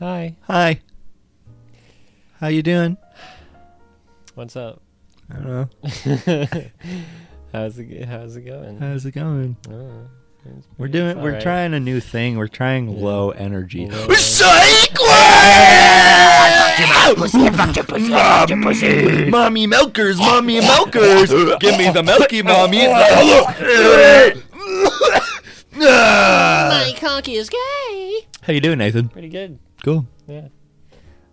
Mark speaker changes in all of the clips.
Speaker 1: Hi.
Speaker 2: Hi. How you doing?
Speaker 1: What's up?
Speaker 2: I don't know.
Speaker 1: how's it g- How's it going?
Speaker 2: How's it going?
Speaker 1: Oh, it's
Speaker 2: We're
Speaker 1: pretty-
Speaker 2: doing.
Speaker 1: it's
Speaker 2: We're
Speaker 1: alright.
Speaker 2: trying a new thing. We're trying low energy.
Speaker 1: Low-
Speaker 2: Mommy, mommy milkers, mommy milkers. Give me the milky mommy.
Speaker 3: My conky is gay.
Speaker 2: How you doing, Nathan?
Speaker 1: Pretty good.
Speaker 2: Cool.
Speaker 1: Yeah.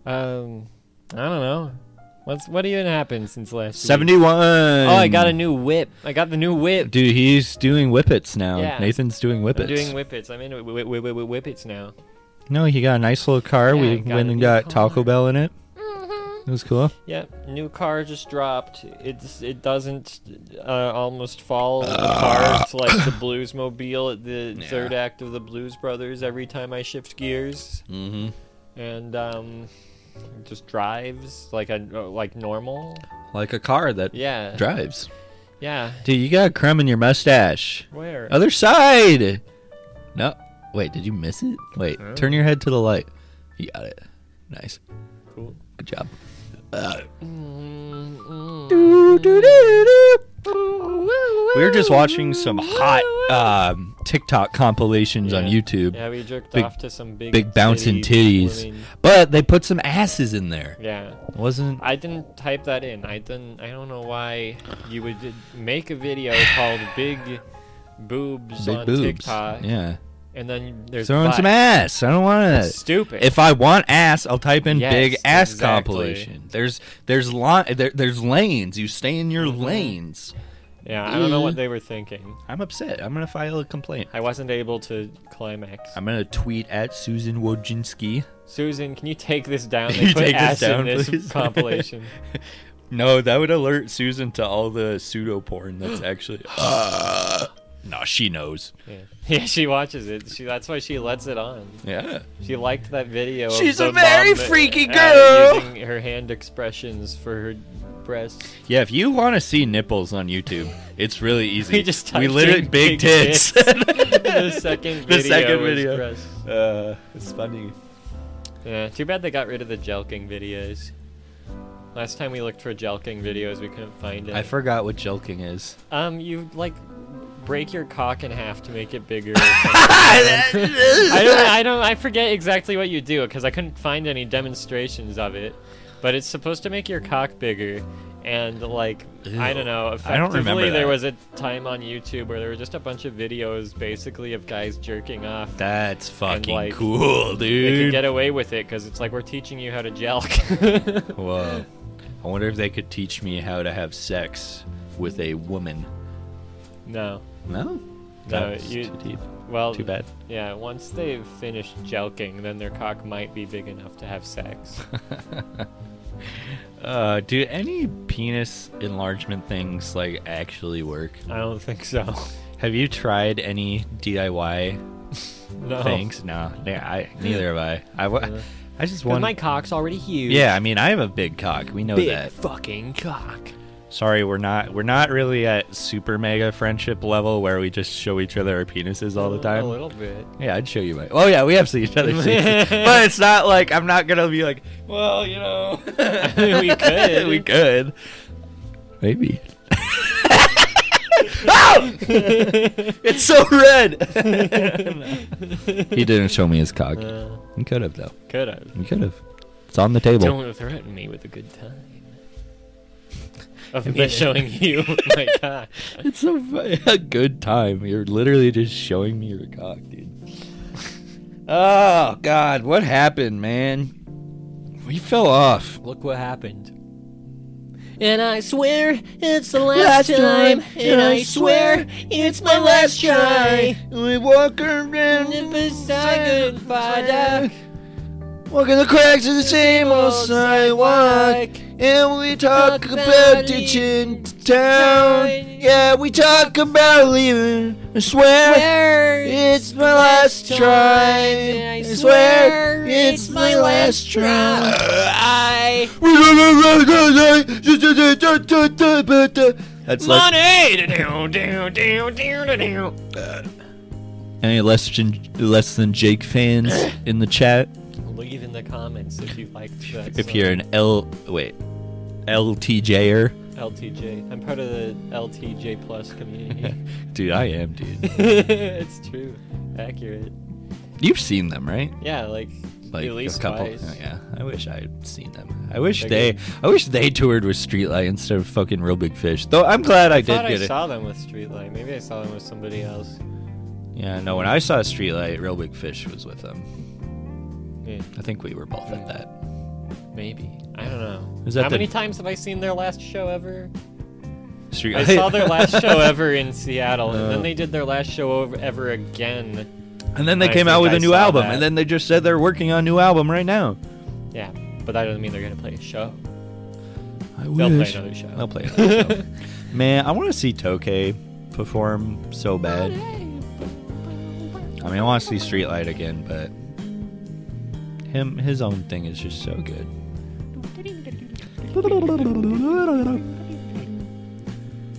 Speaker 1: Um, I don't know. What's what even happened since last? week?
Speaker 2: Seventy-one.
Speaker 1: Oh, I got a new whip. I got the new whip.
Speaker 2: Dude, he's doing whippets now.
Speaker 1: Yeah.
Speaker 2: Nathan's doing
Speaker 1: I'm
Speaker 2: whippets.
Speaker 1: doing whippets. I'm in whi- whi- whi- whi- whippets now.
Speaker 2: no, he got a nice little car.
Speaker 1: Yeah,
Speaker 2: we
Speaker 1: got
Speaker 2: went
Speaker 1: a
Speaker 2: and
Speaker 1: new
Speaker 2: got
Speaker 1: car.
Speaker 2: Taco Bell in it.
Speaker 1: Mm-hmm.
Speaker 2: It was cool.
Speaker 1: Yep. New car just dropped. It's it doesn't uh, almost fall apart like the Bluesmobile at the
Speaker 2: Yeah.
Speaker 1: third act of the Blues Brothers. Every time I shift gears
Speaker 2: Mm-hmm.
Speaker 1: and um, it just drives like a like normal.
Speaker 2: Like a car that
Speaker 1: Yeah.
Speaker 2: drives.
Speaker 1: yeah.
Speaker 2: Dude, you got a crumb in your mustache.
Speaker 1: Where?
Speaker 2: Other side. No. Wait, did you miss it? Wait,
Speaker 1: Oh.
Speaker 2: turn your head to the light. You got it. Nice.
Speaker 1: Cool.
Speaker 2: Good job.
Speaker 1: Mm-mm.
Speaker 2: We were just watching some hot um, TikTok compilations on
Speaker 1: Yeah.
Speaker 2: YouTube,
Speaker 1: Yeah, we jerked
Speaker 2: Big-
Speaker 1: off to some big
Speaker 2: big bouncing
Speaker 1: titty
Speaker 2: titties,
Speaker 1: women.
Speaker 2: but they put some asses in there.
Speaker 1: Yeah.
Speaker 2: Wasn't
Speaker 1: I didn't type that in. I didn't. I don't know why you would d- make a video called "Big Boobs"
Speaker 2: big
Speaker 1: on
Speaker 2: boobs?
Speaker 1: TikTok,
Speaker 2: Yeah,
Speaker 1: and then there's
Speaker 2: throwing some
Speaker 1: butt.
Speaker 2: ass. I don't want
Speaker 1: That's
Speaker 2: to.
Speaker 1: Stupid.
Speaker 2: If I want ass, I'll type in
Speaker 1: Yes,
Speaker 2: big ass
Speaker 1: exactly.
Speaker 2: compilation. There's there's li- there, there's lanes. You stay in your lanes.
Speaker 1: yeah, I don't know
Speaker 2: Mm.
Speaker 1: what they were thinking.
Speaker 2: I'm upset. I'm gonna file a complaint.
Speaker 1: I wasn't able to climax.
Speaker 2: I'm gonna tweet at Susan Wojcinski.
Speaker 1: Susan, can you take this down?
Speaker 2: Can
Speaker 1: They
Speaker 2: you
Speaker 1: put
Speaker 2: take this
Speaker 1: ass
Speaker 2: down,
Speaker 1: in this
Speaker 2: please?
Speaker 1: compilation.
Speaker 2: No, that would alert Susan to all the pseudo porn that's actually. uh, no, she knows.
Speaker 1: Yeah. yeah, she watches it. She that's why she lets it on.
Speaker 2: Yeah.
Speaker 1: She liked that video. of
Speaker 2: She's
Speaker 1: the
Speaker 2: a very
Speaker 1: mom,
Speaker 2: freaky
Speaker 1: uh,
Speaker 2: girl.
Speaker 1: using her hand expressions for her breasts.
Speaker 2: Yeah, if you want to see nipples on YouTube, it's really easy.
Speaker 1: We just
Speaker 2: we
Speaker 1: typed
Speaker 2: literally
Speaker 1: in
Speaker 2: big,
Speaker 1: big
Speaker 2: tits.
Speaker 1: the second video.
Speaker 2: The second
Speaker 1: was
Speaker 2: video.
Speaker 1: breasts.
Speaker 2: uh, it's funny.
Speaker 1: Yeah, too bad they got rid of the jelking videos. Last time we looked for jelking videos, we couldn't find it.
Speaker 2: I forgot what jilking is.
Speaker 1: um, you like break your cock in half to make it bigger. or something. I don't, I don't, I forget exactly what you do because I couldn't find any demonstrations of it. But it's supposed to make your cock bigger, and like I
Speaker 2: Ew.
Speaker 1: don't know.
Speaker 2: I don't remember
Speaker 1: Effectively,
Speaker 2: that.
Speaker 1: there was a time on YouTube where there were just a bunch of videos, basically of guys jerking off.
Speaker 2: That's fucking
Speaker 1: like,
Speaker 2: cool,
Speaker 1: they could
Speaker 2: dude.
Speaker 1: get away with it because it's like we're teaching you how to jelk.
Speaker 2: Whoa. I wonder if they could teach me how to have sex with a woman.
Speaker 1: no,
Speaker 2: No?
Speaker 1: no,
Speaker 2: That's
Speaker 1: you.
Speaker 2: too deep.
Speaker 1: Well,
Speaker 2: Too bad.
Speaker 1: Yeah, once they've finished jelking, then their cock might be big enough to have sex.
Speaker 2: Uh, do any penis enlargement things like actually work?
Speaker 1: I don't think so.
Speaker 2: Have you tried any DIY
Speaker 1: No.
Speaker 2: things? No, ne- I, neither have I. I, wa-
Speaker 1: Yeah.
Speaker 2: I just
Speaker 1: 'Cause
Speaker 2: want.
Speaker 1: my cock's already huge.
Speaker 2: yeah, I mean, I have a big cock. We know
Speaker 1: Big
Speaker 2: that.
Speaker 1: fucking cock.
Speaker 2: Sorry, we're not we're not really at super mega friendship level where we just show each other our penises all the
Speaker 1: A
Speaker 2: time.
Speaker 1: little bit.
Speaker 2: Yeah, I'd show you my. Oh yeah, we have seen each other, but it's not like I'm not gonna be like, well, you know,
Speaker 1: We could.
Speaker 2: we could, maybe. It's so red. he didn't show me his cock.
Speaker 1: Uh,
Speaker 2: He could have though.
Speaker 1: could have.
Speaker 2: He could have. It's on the table.
Speaker 1: Don't threaten me with a good time. Of me showing you my cock.
Speaker 2: It's so fu- a good time. You're literally just showing me your cock, dude. oh God, what happened, man? We fell off.
Speaker 1: Look what happened.
Speaker 3: And I swear it's the last, time. And I swear it's my last try.
Speaker 2: We walk around
Speaker 3: And beside goodbye.
Speaker 2: walking the cracks of the same old sidewalk, and we talk about ditching town. Yeah, we talk about leaving. I swear it's my last try.
Speaker 3: And
Speaker 2: I swear it's my last try.
Speaker 3: I
Speaker 2: That's less, any less than less than Jake fans in the chat?
Speaker 1: Leaving in the comments if you liked that.
Speaker 2: If
Speaker 1: song.
Speaker 2: you're an L, wait, LTJer,
Speaker 1: uh, LTJ, I'm part of the LTJ plus community.
Speaker 2: dude, I am, dude.
Speaker 1: it's true, accurate.
Speaker 2: You've seen them, right?
Speaker 1: Yeah, like,
Speaker 2: Like
Speaker 1: at least
Speaker 2: a couple.
Speaker 1: twice.
Speaker 2: oh, yeah, I wish I'd seen them. I wish
Speaker 1: They're
Speaker 2: they,
Speaker 1: good.
Speaker 2: I wish they toured with Streetlight instead of fucking Real Big Fish. Though I'm glad I,
Speaker 1: I
Speaker 2: did
Speaker 1: thought I
Speaker 2: get it.
Speaker 1: saw them with Streetlight. Maybe I saw them with somebody else.
Speaker 2: Yeah, no, when I saw Streetlight, Real Big Fish was with them.
Speaker 1: Yeah,
Speaker 2: I think we were both at that.
Speaker 1: maybe. I don't know.
Speaker 2: Is that
Speaker 1: How
Speaker 2: the-
Speaker 1: many times have I seen their last show ever?
Speaker 2: Streetlight.
Speaker 1: I saw their last show ever in Seattle,
Speaker 2: Uh.
Speaker 1: and then they did their last show over, ever again.
Speaker 2: And then they
Speaker 1: I
Speaker 2: came out
Speaker 1: think
Speaker 2: with
Speaker 1: I
Speaker 2: a new
Speaker 1: saw
Speaker 2: album,
Speaker 1: that.
Speaker 2: and then they just said they're working on a new album right now.
Speaker 1: Yeah, but that doesn't mean they're gonna play a show.
Speaker 2: I
Speaker 1: They'll play
Speaker 2: wish.
Speaker 1: another show.
Speaker 2: They'll play another show. Man, I want to see Tokay perform so bad. I mean, I want to see Streetlight again, but him his own thing is just so good.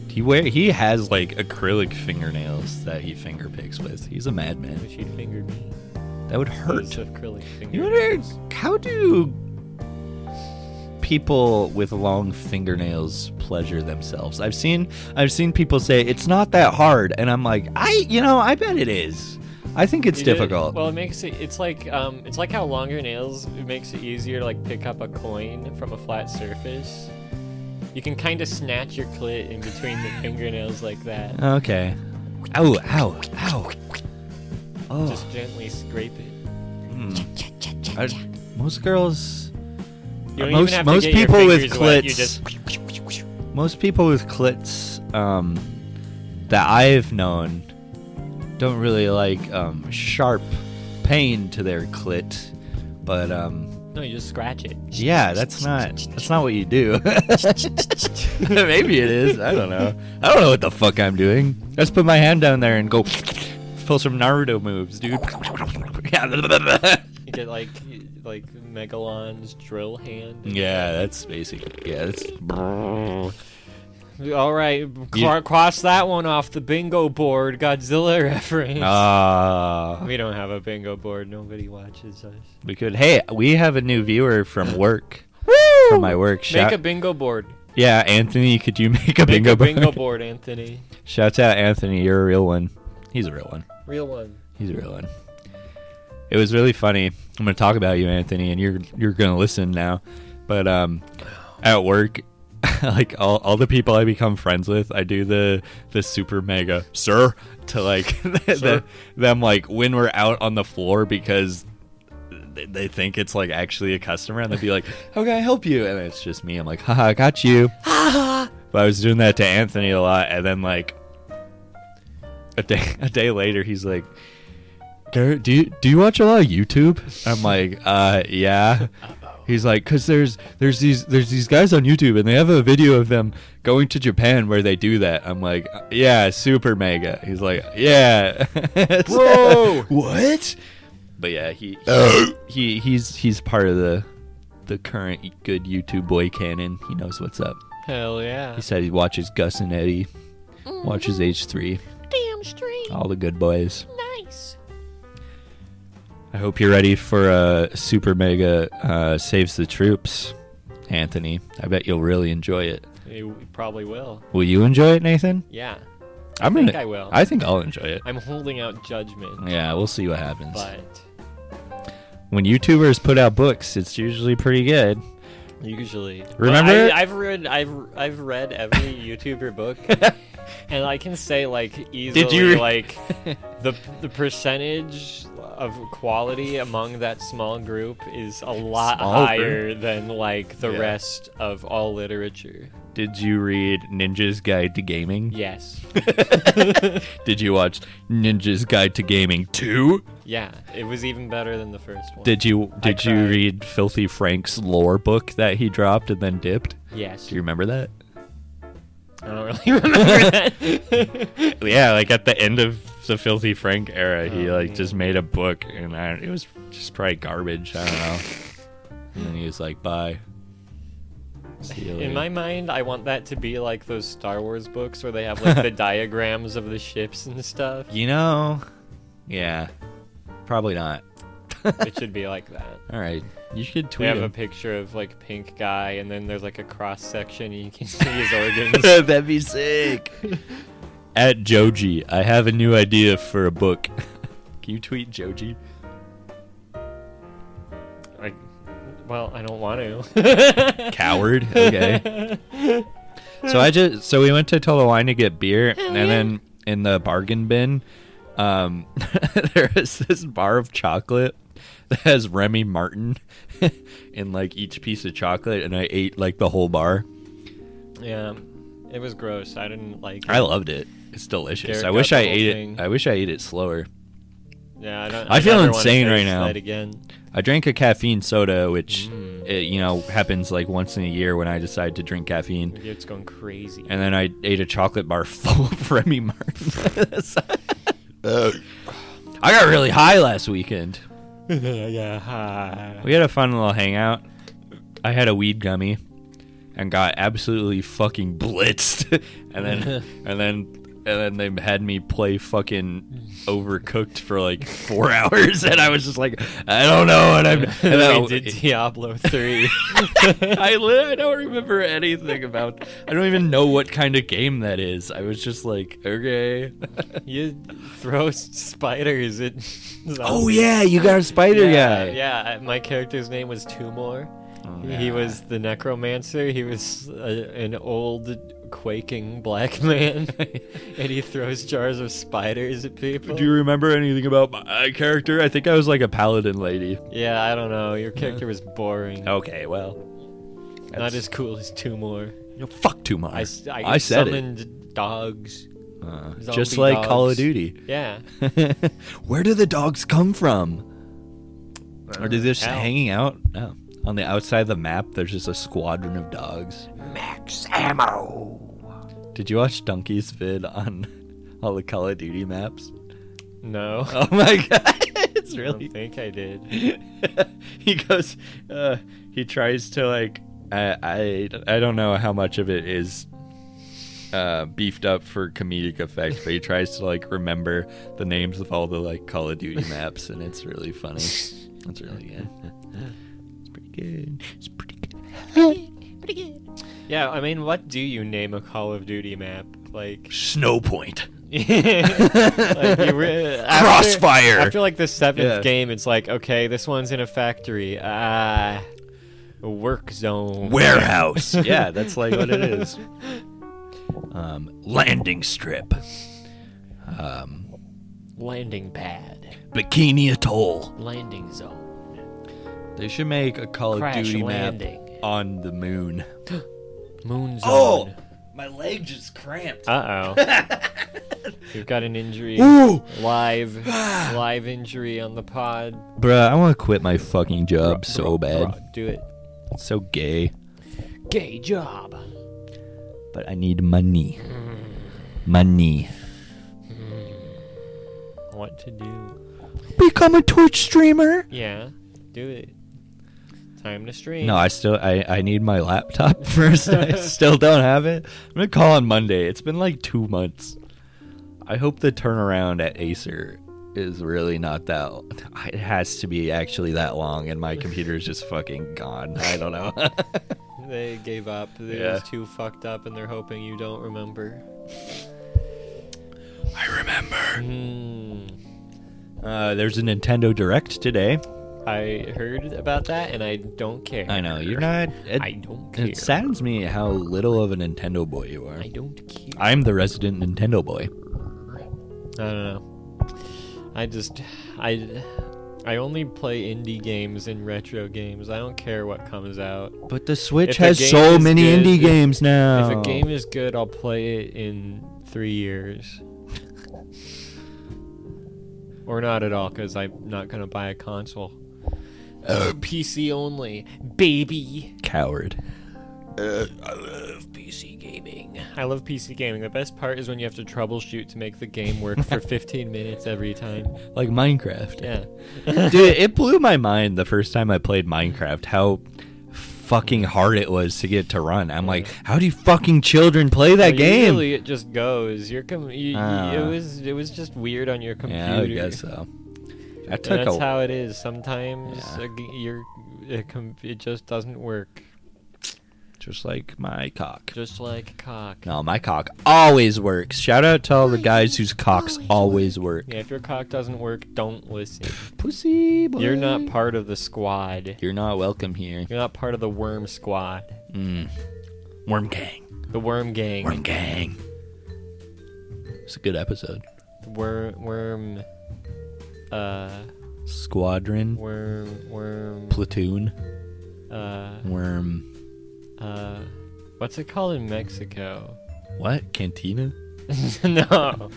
Speaker 2: He wear he has like acrylic fingernails that he finger picks with. He's a madman.
Speaker 1: Wish he'd fingered me.
Speaker 2: That would hurt.
Speaker 1: Those acrylic fingers.
Speaker 2: You wonder how do people with long fingernails pleasure themselves? I've seen I've seen people say it's not that hard, and I'm like, I you know I bet it is. I think it's
Speaker 1: You did-
Speaker 2: difficult.
Speaker 1: well, it makes it. It's like um, it's like how long your nails. It makes it easier to like pick up a coin from a flat surface. You can kind of snatch your clit in between the fingernails like that.
Speaker 2: okay. Ow! Ow! Ow! Oh,
Speaker 1: Just gently scrape it.
Speaker 2: mm. I- most girls.
Speaker 1: You don't
Speaker 2: most
Speaker 1: even have
Speaker 2: most
Speaker 1: to get
Speaker 2: people
Speaker 1: your
Speaker 2: with
Speaker 1: fingers
Speaker 2: clits.
Speaker 1: wet, You just
Speaker 2: Most people with clits um, that I've known don't really like um, sharp pain to their clit, but um,
Speaker 1: no, you just scratch it.
Speaker 2: yeah, that's not that's not what you do. Maybe it is. I don't know. I don't know what the fuck I'm doing. Let's put my hand down there and go pull some Naruto moves, dude. yeah,
Speaker 1: You get like y- like Megalon's drill hand.
Speaker 2: yeah, that's basic. Yeah, that's
Speaker 1: Oh. All right,
Speaker 2: You-
Speaker 1: cro- cross that one off the bingo board. Godzilla reference.
Speaker 2: ah.
Speaker 1: we don't have a bingo board. Nobody watches us.
Speaker 2: We could. Hey, we have a new viewer from work. From my work. Shout,
Speaker 1: Make a bingo board.
Speaker 2: yeah, Anthony, could you make a
Speaker 1: Make
Speaker 2: bingo,
Speaker 1: a bingo
Speaker 2: board?
Speaker 1: board, Anthony.
Speaker 2: Shouts out, Anthony. You're a real one. He's a real one.
Speaker 1: Real one.
Speaker 2: He's a real one. It was really funny. I'm going to talk about you, Anthony, and you're you're going to listen now. But um, at work, like all, all the people I become friends with, I do the the super mega sir to like the,
Speaker 1: Sir.
Speaker 2: them like when we're out on the floor because they, they think it's like actually a customer and they'd be like, "How can I help you?" And it's just me. I'm like, "Haha, I got you." but I was doing that to Anthony a lot, and then like a day a day later, he's like. Garrett, do you, do you watch a lot of YouTube? I'm like, uh, yeah. He's like, cause there's there's these there's these guys on YouTube and they have a video of them going to Japan where they do that. I'm like, "Uh, yeah, super mega. He's like, yeah.
Speaker 1: Whoa.
Speaker 2: what? But yeah, he he he's he's part of the the current good YouTube boy canon. He knows what's up.
Speaker 1: Hell yeah.
Speaker 2: He said he watches Gus and Eddie, watches H three,
Speaker 3: Damn straight.
Speaker 2: all the good boys.
Speaker 3: Nice.
Speaker 2: I hope you're ready for uh, Super Mega uh, Saves the Troops, Anthony. I bet you'll really enjoy it.
Speaker 1: You probably will.
Speaker 2: Will you enjoy it, Nathan?
Speaker 1: Yeah.
Speaker 2: I'm
Speaker 1: think
Speaker 2: gonna-
Speaker 1: I will.
Speaker 2: I think I'll enjoy it.
Speaker 1: I'm holding out judgment,
Speaker 2: Yeah, we'll see what happens.
Speaker 1: but
Speaker 2: When YouTubers put out books, it's usually pretty good.
Speaker 1: usually. Well,
Speaker 2: Remember-
Speaker 1: I, I've read I've I've read every YouTuber book, and I can say like easily
Speaker 2: re-
Speaker 1: like the the percentage of quality among that small group is a lot
Speaker 2: Small
Speaker 1: higher than like the
Speaker 2: Yeah.
Speaker 1: rest of all literature.
Speaker 2: Did you read Ninja's Guide to Gaming?
Speaker 1: Yes.
Speaker 2: Did you watch Ninja's Guide to Gaming 2?
Speaker 1: Yeah, it was even better than the first one.
Speaker 2: Did you
Speaker 1: I
Speaker 2: did you
Speaker 1: cried.
Speaker 2: read Filthy Frank's lore book that he dropped and then dipped?
Speaker 1: yes.
Speaker 2: Do you remember that?
Speaker 1: I don't really remember that.
Speaker 2: yeah, like at the end of the Filthy Frank era, he
Speaker 1: Oh,
Speaker 2: like
Speaker 1: man.
Speaker 2: just made a book, and I, it was just probably garbage. I don't know. and then he was like, "Bye." See you later."
Speaker 1: In my mind, I want that to be like those Star Wars books where they have like the diagrams of the ships and stuff.
Speaker 2: you know, yeah, probably not.
Speaker 1: it should be like that.
Speaker 2: All right, you should
Speaker 1: We
Speaker 2: tweet
Speaker 1: have a
Speaker 2: him.
Speaker 1: picture of like pink guy, and then there's like a cross section, and you can see his organs.
Speaker 2: That'd be sick. At Joji, I have a new idea for a book. Can you tweet Joji?
Speaker 1: Like, well, I don't want to.
Speaker 2: Coward. Okay. so I just so we went to Toloine to get beer, and then in the bargain bin, um, there is this bar of chocolate that has Remy Martin in like each piece of chocolate, and I ate like the whole bar.
Speaker 1: yeah, it was gross. I didn't like. It.
Speaker 2: I loved it. It's delicious.
Speaker 1: Garrett
Speaker 2: I
Speaker 1: got
Speaker 2: wish
Speaker 1: the
Speaker 2: I
Speaker 1: whole
Speaker 2: ate
Speaker 1: thing.
Speaker 2: it. I wish I ate it slower.
Speaker 1: Yeah, I don't.
Speaker 2: I feel
Speaker 1: never wanna
Speaker 2: insane right
Speaker 1: taste
Speaker 2: now.
Speaker 1: That again.
Speaker 2: I drank a caffeine soda, which
Speaker 1: Mm.
Speaker 2: eh, you know happens like once in a year when I decide to drink caffeine.
Speaker 1: It's going crazy.
Speaker 2: And then I ate a chocolate bar full of Remy Martin. I got really high last weekend.
Speaker 1: yeah.
Speaker 2: We had a fun little hangout. I had a weed gummy and got absolutely fucking blitzed. and then and then and then they had me play fucking overcooked for like four hours and I was just like, I don't know what I'm and I-
Speaker 1: we did Diablo three.
Speaker 2: I li- I don't remember anything about I don't even know what kind of game that is. I was just like, okay.
Speaker 1: you throw s- spiders at.
Speaker 2: oh yeah, you got a spider
Speaker 1: yeah,
Speaker 2: guy.
Speaker 1: yeah. My character's name was Tumor.
Speaker 2: Oh,
Speaker 1: He was the necromancer. He was a, an old quaking black man, and he throws jars of spiders at people.
Speaker 2: Do you remember anything about my character? I think I was like a paladin lady.
Speaker 1: yeah, I don't know. Your character was boring.
Speaker 2: Okay, well.
Speaker 1: Not
Speaker 2: Oh, that's-
Speaker 1: as cool as Tumor.
Speaker 2: No, fuck too much.
Speaker 1: I, s- I,
Speaker 2: I said it.
Speaker 1: summoned dogs.
Speaker 2: Uh,
Speaker 1: zombie
Speaker 2: just like Call of
Speaker 1: dogs.
Speaker 2: Duty.
Speaker 1: Yeah.
Speaker 2: Where do the dogs come from? Or do they just
Speaker 1: hell.
Speaker 2: hanging out? No. On the outside of the map, there's just a squadron of dogs. Max ammo. Did you watch Donkey's vid on all the Call of Duty maps?
Speaker 1: No.
Speaker 2: Oh my god, it's
Speaker 1: I
Speaker 2: really
Speaker 1: don't think I did.
Speaker 2: he goes uh, he tries to like I, I i don't know how much of it is uh, beefed up for comedic effect but he tries to like remember the names of all the like call of duty maps and it's really funny it's really good it's pretty good it's pretty good
Speaker 1: Yeah, I mean, what do you name a Call of Duty map? Like,
Speaker 2: snow point
Speaker 1: like you re- after-
Speaker 2: Crossfire.
Speaker 1: After like the seventh
Speaker 2: Yeah.
Speaker 1: game, it's like, okay, this one's in a factory. Ah, work zone.
Speaker 2: warehouse yeah that's like what it is um, landing strip
Speaker 1: Landing pad.
Speaker 2: bikini atoll
Speaker 1: Landing zone.
Speaker 2: They should make a Call
Speaker 1: Crash
Speaker 2: of Duty
Speaker 1: landing.
Speaker 2: map on the moon.
Speaker 1: Moon zone.
Speaker 2: Oh. my leg just cramped.
Speaker 1: Uh oh. You've got an injury.
Speaker 2: Ooh,
Speaker 1: Live, live injury on the pod.
Speaker 2: bruh, I want to quit my fucking job so bad.
Speaker 1: Bro, do it.
Speaker 2: It's so gay,
Speaker 1: Gay job.
Speaker 2: but I need money. Money.
Speaker 1: What to do?
Speaker 2: Become a Twitch streamer.
Speaker 1: Yeah, do it. Time to stream.
Speaker 2: No, I still I, I need my laptop first. I still don't have it. I'm gonna call on Monday. It's been like two months. I hope the turnaround at Acer is really not that. It has to be actually that long, and my computer is just fucking gone. I don't know.
Speaker 1: They gave up. They're
Speaker 2: Yeah.
Speaker 1: just too fucked up, and they're hoping you don't remember.
Speaker 2: I remember.
Speaker 1: Hmm.
Speaker 2: Uh, there's a Nintendo Direct today.
Speaker 1: I heard about that, and I don't care.
Speaker 2: I know you're not. It,
Speaker 1: I don't care.
Speaker 2: it saddens me how little of a Nintendo boy you are.
Speaker 1: I don't care.
Speaker 2: I'm the resident Nintendo boy.
Speaker 1: I don't know. I just, I, I only play indie games and retro games. I don't care what comes out.
Speaker 2: But the Switch
Speaker 1: If a
Speaker 2: has
Speaker 1: game
Speaker 2: so
Speaker 1: is
Speaker 2: many
Speaker 1: good-
Speaker 2: indie
Speaker 1: if-
Speaker 2: games now.
Speaker 1: If a game is good, I'll play it in three years. or not at all, because I'm not gonna buy a console. Uh, PC only, baby.
Speaker 2: coward.
Speaker 1: PC gaming. I love PC gaming. The best part is when you have to troubleshoot to make the game work for 15 minutes every time.
Speaker 2: Like Minecraft.
Speaker 1: Yeah.
Speaker 2: Dude, it blew my mind the first time I played Minecraft how fucking hard it was to get to run. I'm like, how do you fucking children play that game?
Speaker 1: Usually it just goes. Your com- you, you-
Speaker 2: Ah.
Speaker 1: it was it was just weird on your computer.
Speaker 2: yeah, I guess so. I took
Speaker 1: And that's
Speaker 2: a.
Speaker 1: how it is. Sometimes
Speaker 2: Yeah.
Speaker 1: uh, g- you're, it, com- it just doesn't work.
Speaker 2: just like my cock.
Speaker 1: Just like cock.
Speaker 2: No, my cock always works. Shout out to all the guys whose cocks always work.
Speaker 1: Yeah, if your cock doesn't work, don't listen.
Speaker 2: Pussy boy.
Speaker 1: You're not part of the squad.
Speaker 2: You're not welcome here.
Speaker 1: You're not part of the worm squad.
Speaker 2: Mm. Worm gang.
Speaker 1: The worm gang.
Speaker 2: Worm gang. It's a good episode.
Speaker 1: The wor- worm. Uh.
Speaker 2: Squadron.
Speaker 1: Worm. Worm.
Speaker 2: Platoon.
Speaker 1: Uh.
Speaker 2: Worm.
Speaker 1: Uh. What's it called in Mexico?
Speaker 2: What? Cantina?
Speaker 1: no.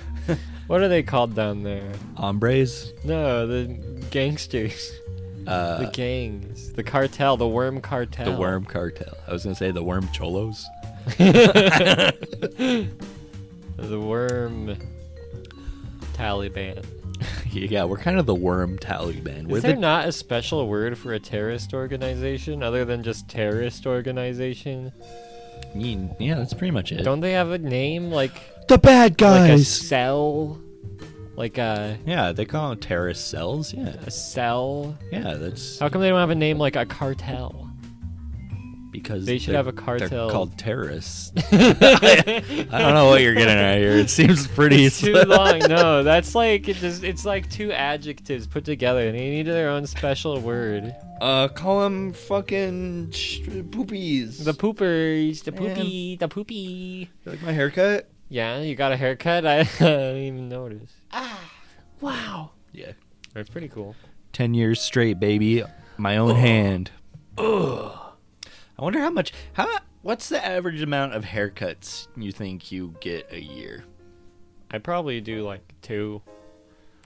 Speaker 1: what are they called down there?
Speaker 2: Hombres?
Speaker 1: No, the gangsters.
Speaker 2: Uh,
Speaker 1: Mm-hmm. the gangs. The cartel. The worm cartel.
Speaker 2: the worm cartel. I was gonna say the worm cholos.
Speaker 1: the worm Taliban.
Speaker 2: yeah, we're kind of the worm Taliban. We're
Speaker 1: Is there
Speaker 2: the
Speaker 1: not a special word for a terrorist organization other than just terrorist organization?
Speaker 2: I mean, yeah, that's pretty much it.
Speaker 1: Don't they have a name like
Speaker 2: the bad
Speaker 1: like a
Speaker 2: guys.
Speaker 1: cell? Like a
Speaker 2: yeah, they call them terrorist cells. Yeah,
Speaker 1: a cell?
Speaker 2: yeah, that's
Speaker 1: How come they don't have a name like a cartel?
Speaker 2: because
Speaker 1: They should
Speaker 2: they're-
Speaker 1: have a
Speaker 2: They're
Speaker 1: cartel.
Speaker 2: called terrorists. I don't know what you're getting at here. It seems pretty.
Speaker 1: It's too long. No, that's like it just, it's like two adjectives put together and they need their own special word.
Speaker 2: Uh, call them fucking sh- poopies.
Speaker 1: The poopers, the
Speaker 2: Yeah.
Speaker 1: poopy, the poopy.
Speaker 2: You like my haircut?
Speaker 1: Yeah, you got a haircut? I, I didn't even notice.
Speaker 3: Wow.
Speaker 2: Yeah.
Speaker 1: That's pretty cool.
Speaker 2: Ten years straight, baby. My own hand. I wonder how much. How what's the average amount of haircuts you think you get a year?
Speaker 1: I probably do like two.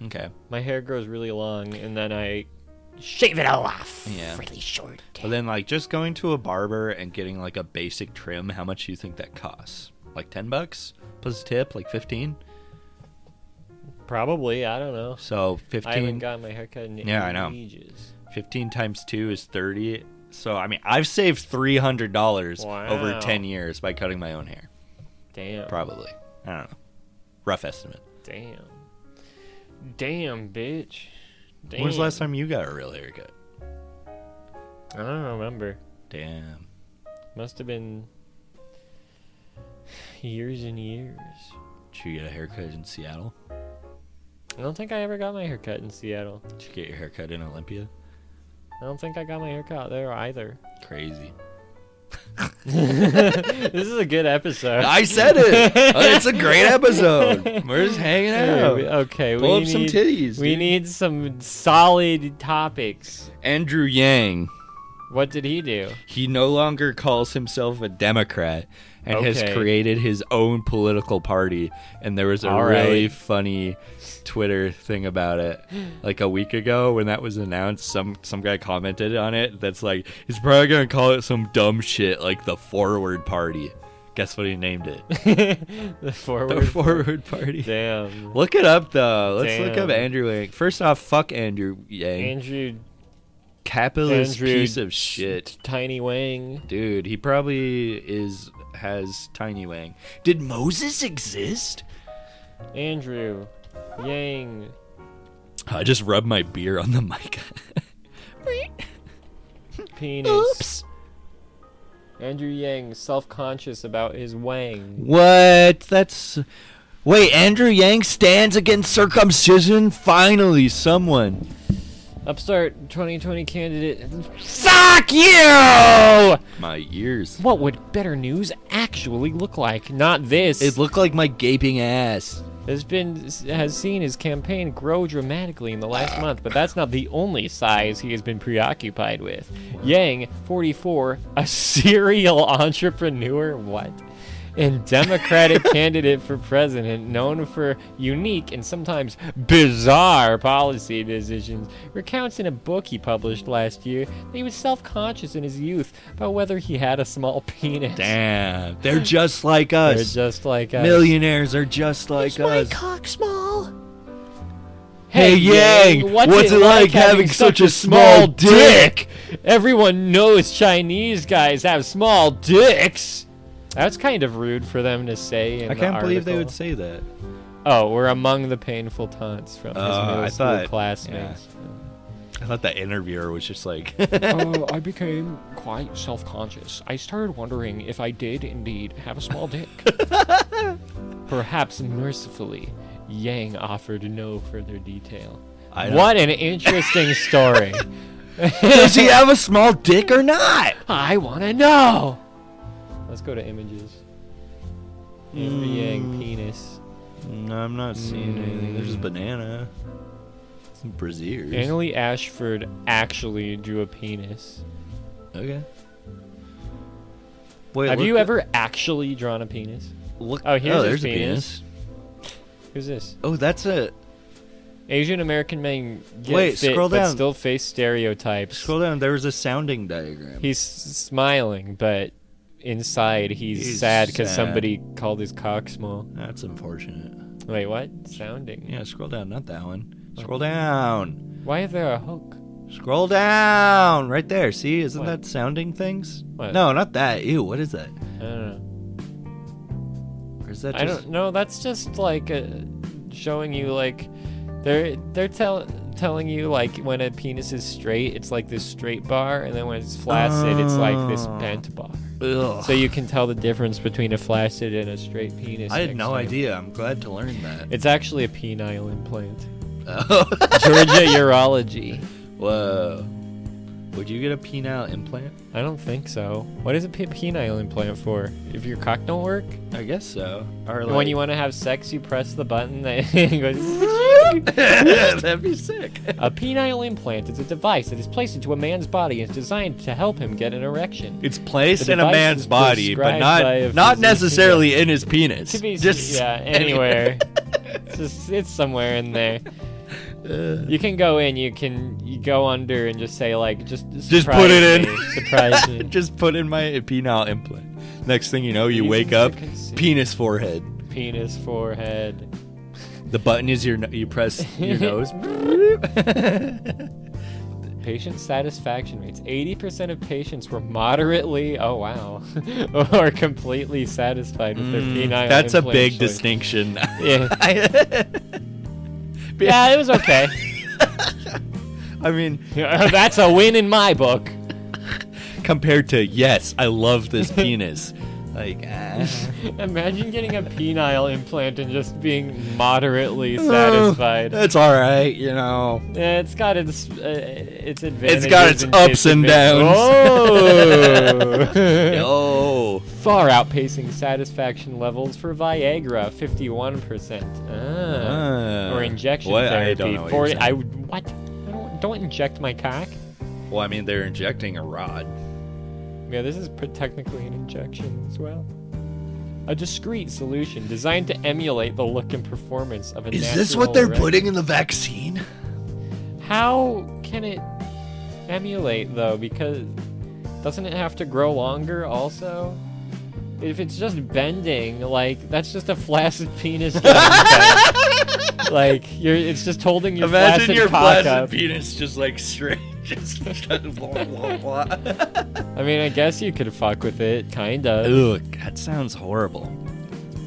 Speaker 2: Okay.
Speaker 1: My hair grows really long and then I shave it all off.
Speaker 2: Yeah.
Speaker 3: Really short.
Speaker 2: But then, like, just going to a barber and getting like a basic trim, how much do you think that costs? Like ten bucks plus a tip, like fifteen.
Speaker 1: Probably, I don't know.
Speaker 2: So
Speaker 1: I haven't
Speaker 2: 15,
Speaker 1: gotten my haircut in
Speaker 2: Yeah, I know.
Speaker 1: ages.
Speaker 2: 15 times two is thirty. So I mean, I've saved three hundred dollars over
Speaker 1: Wow.
Speaker 2: ten years by cutting my own hair.
Speaker 1: Damn.
Speaker 2: Probably. I don't know. Rough estimate.
Speaker 1: Damn. Damn, bitch. Damn.
Speaker 2: When was the last time you got a real haircut?
Speaker 1: I don't remember.
Speaker 2: Damn.
Speaker 1: Must have been years and years.
Speaker 2: Did you get a haircut in Seattle?
Speaker 1: I don't think I ever got my haircut in Seattle.
Speaker 2: Did you get your haircut in Olympia?
Speaker 1: I don't think I got my haircut there either.
Speaker 2: Crazy.
Speaker 1: this is a good episode.
Speaker 2: I said it. Oh, it's a great episode. We're just hanging
Speaker 1: Yeah,
Speaker 2: out.
Speaker 1: we- okay,
Speaker 2: Pull
Speaker 1: we
Speaker 2: up
Speaker 1: need,
Speaker 2: some titties.
Speaker 1: we
Speaker 2: dude.
Speaker 1: need some solid topics.
Speaker 2: Andrew Yang.
Speaker 1: What did he do?
Speaker 2: He no longer calls himself a Democrat and has
Speaker 1: Okay.
Speaker 2: created his own political party. And there was a
Speaker 1: All
Speaker 2: really
Speaker 1: right.
Speaker 2: funny Twitter thing about it, like a week ago when that was announced. Some some guy commented on it. That's like he's probably gonna call it some dumb shit like the Forward Party. Guess what he named it?
Speaker 1: the
Speaker 2: The
Speaker 1: forward.
Speaker 2: Forward Party.
Speaker 1: Damn.
Speaker 2: Look it up though. Let's look
Speaker 1: Damn.
Speaker 2: up Andrew Yang. First off, fuck Andrew Yang.
Speaker 1: Andrew
Speaker 2: Capitalist
Speaker 1: Andrew
Speaker 2: piece of shit.
Speaker 1: Tiny Wang.
Speaker 2: Dude, he probably is has tiny wang. Did Moses exist?
Speaker 1: Andrew Yang.
Speaker 2: I just rubbed my beer on the mic.
Speaker 1: Penis. Andrew Yang, self conscious about his Wang.
Speaker 2: What? That's Wait, Andrew Yang stands against circumcision? Finally, someone.
Speaker 1: Upstart 2020 candidate.
Speaker 2: Fuck you! My ears.
Speaker 1: What would better news actually look like? Not this.
Speaker 2: It looked like my gaping ass.
Speaker 1: has been has seen his campaign grow dramatically in the last month, but that's not the only size he has been preoccupied with. Yang, 44, a serial entrepreneur, what? And Democratic candidate for president, known for unique and sometimes bizarre policy decisions, recounts in a book he published last year that he was self conscious in his youth about whether he had a small penis.
Speaker 2: Damn. They're just like
Speaker 1: They're
Speaker 2: us.
Speaker 1: just like us.
Speaker 2: Millionaires are just like
Speaker 3: My
Speaker 2: us.
Speaker 3: cock small.
Speaker 2: Hey Yang, what's, it like having such a small dick?
Speaker 1: Everyone knows Chinese guys have small dicks. That's kind of rude for them to say. In
Speaker 2: I
Speaker 1: the
Speaker 2: can't believe they would
Speaker 1: article.
Speaker 2: say that.
Speaker 1: Oh, we're among the painful taunts from his
Speaker 2: Uh,
Speaker 1: middle
Speaker 2: I
Speaker 1: school
Speaker 2: thought-
Speaker 1: classmates.
Speaker 2: I thought that interviewer was just like,
Speaker 4: uh, I became quite self conscious. I started wondering if I did indeed have a small dick.
Speaker 1: Perhaps mercifully, Yang offered no further detail.
Speaker 2: I don't-
Speaker 1: What an interesting story.
Speaker 2: does he have a small dick or not?
Speaker 1: I want to know. Let's go to images.
Speaker 2: Hmm.
Speaker 1: Amber Yang penis.
Speaker 2: No, I'm not seeing anything. There's a banana. Mm. Some braziers.
Speaker 1: Annalie Ashford actually drew a penis.
Speaker 2: Okay. Wait,
Speaker 1: Have
Speaker 2: look-
Speaker 1: you ever actually drawn a penis?
Speaker 2: Look,
Speaker 1: Oh, here's his
Speaker 2: there's
Speaker 1: penis.
Speaker 2: a penis.
Speaker 1: Who's this?
Speaker 2: Oh, that's a.
Speaker 1: Asian American men get
Speaker 2: Wait,
Speaker 1: fit,
Speaker 2: scroll
Speaker 1: but
Speaker 2: down.
Speaker 1: still face stereotypes.
Speaker 2: Scroll down. There was a sounding diagram.
Speaker 1: He's s- smiling, but inside he's,
Speaker 2: He's
Speaker 1: sad because
Speaker 2: sad.
Speaker 1: somebody called his cock small.
Speaker 2: That's unfortunate.
Speaker 1: Wait, what? Sounding.
Speaker 2: Yeah, scroll down. Not that one. Scroll down.
Speaker 1: Why is there a hook?
Speaker 2: Scroll down. Right there. See, isn't
Speaker 1: What?
Speaker 2: that sounding things?
Speaker 1: What?
Speaker 2: No, not that. Ew. What is that?
Speaker 1: I don't know.
Speaker 2: Or is that
Speaker 1: I
Speaker 2: just?
Speaker 1: don't know. That's just like a, showing you like they're they're tell, telling you like when a penis is straight, it's like this straight bar, and then when it's flaccid, it's like this
Speaker 2: Oh.
Speaker 1: bent bar.
Speaker 2: Ugh.
Speaker 1: So you can tell the difference between a flaccid and a straight penis.
Speaker 2: I had no
Speaker 1: next to you.
Speaker 2: idea. I'm glad to learn that.
Speaker 1: It's actually a penile implant.
Speaker 2: Oh.
Speaker 1: Georgia urology.
Speaker 2: Whoa. Would you get a penile implant?
Speaker 1: I don't think so. What is a pe- penile implant for? If your cock don't work,
Speaker 2: I guess so. Or
Speaker 1: when you want to have sex, you press the button that it goes.
Speaker 2: That'd be sick.
Speaker 1: A penile implant is a device that is placed into a man's body and is designed to help him get an erection.
Speaker 2: It's placed
Speaker 1: The
Speaker 2: in a
Speaker 1: device
Speaker 2: man's
Speaker 1: is
Speaker 2: body, but
Speaker 1: prescribed by a
Speaker 2: not not
Speaker 1: physician.
Speaker 2: necessarily in his penis.
Speaker 1: To be
Speaker 2: Just
Speaker 1: yeah, anywhere. it's, just, it's somewhere in there. You can go in. You can you go under and just say like just
Speaker 2: Just put it in.
Speaker 1: "Surprise me, Surprise me.
Speaker 2: Just put in my penile implant. Next thing you know, you
Speaker 1: Reasons
Speaker 2: wake
Speaker 1: to
Speaker 2: up,
Speaker 1: conceive.
Speaker 2: penis forehead.
Speaker 1: Penis, forehead.
Speaker 2: The button is your no- you press your nose.
Speaker 1: Patient satisfaction rates. 80% of patients were moderately, oh wow, or completely satisfied with their penile
Speaker 2: Mm, That's a
Speaker 1: implant
Speaker 2: big
Speaker 1: choice.
Speaker 2: distinction.
Speaker 1: Mm. Yeah. yeah,
Speaker 2: I,
Speaker 1: it was okay.
Speaker 2: I mean,
Speaker 1: That's a win in my book.
Speaker 2: compared to yes, I love this penis. Like, ah.
Speaker 1: Imagine getting a penile implant and just being moderately satisfied.
Speaker 2: It's all right, you know.
Speaker 1: Yeah, it's got its uh, its advantages.
Speaker 2: It's got its ups and downs.
Speaker 1: Oh.
Speaker 2: Yo.
Speaker 1: Far outpacing satisfaction levels for Viagra, fifty-one percent. Ah.
Speaker 2: Uh,
Speaker 1: or injection
Speaker 2: what?
Speaker 1: therapy.
Speaker 2: I don't know what
Speaker 1: 40
Speaker 2: you're
Speaker 1: I
Speaker 2: saying.
Speaker 1: would what? I don't, don't inject my cock.
Speaker 2: well, I mean, they're injecting a rod.
Speaker 1: Yeah, this is pr- technically an injection as well. A discreet solution designed to emulate the look and performance of a
Speaker 2: Is this
Speaker 1: natural
Speaker 2: what they're
Speaker 1: erection.
Speaker 2: putting in the vaccine?
Speaker 1: How can it emulate though? Because doesn't it have to grow longer also? If it's just bending, like that's just a flaccid penis. getting bent. like you're, it's just holding your
Speaker 2: Imagine
Speaker 1: flaccid
Speaker 2: your
Speaker 1: cock
Speaker 2: flaccid
Speaker 1: up.
Speaker 2: penis just like straight, just blah blah blah.
Speaker 1: I mean, I guess you could fuck with it, kind of.
Speaker 2: Ugh, that sounds horrible.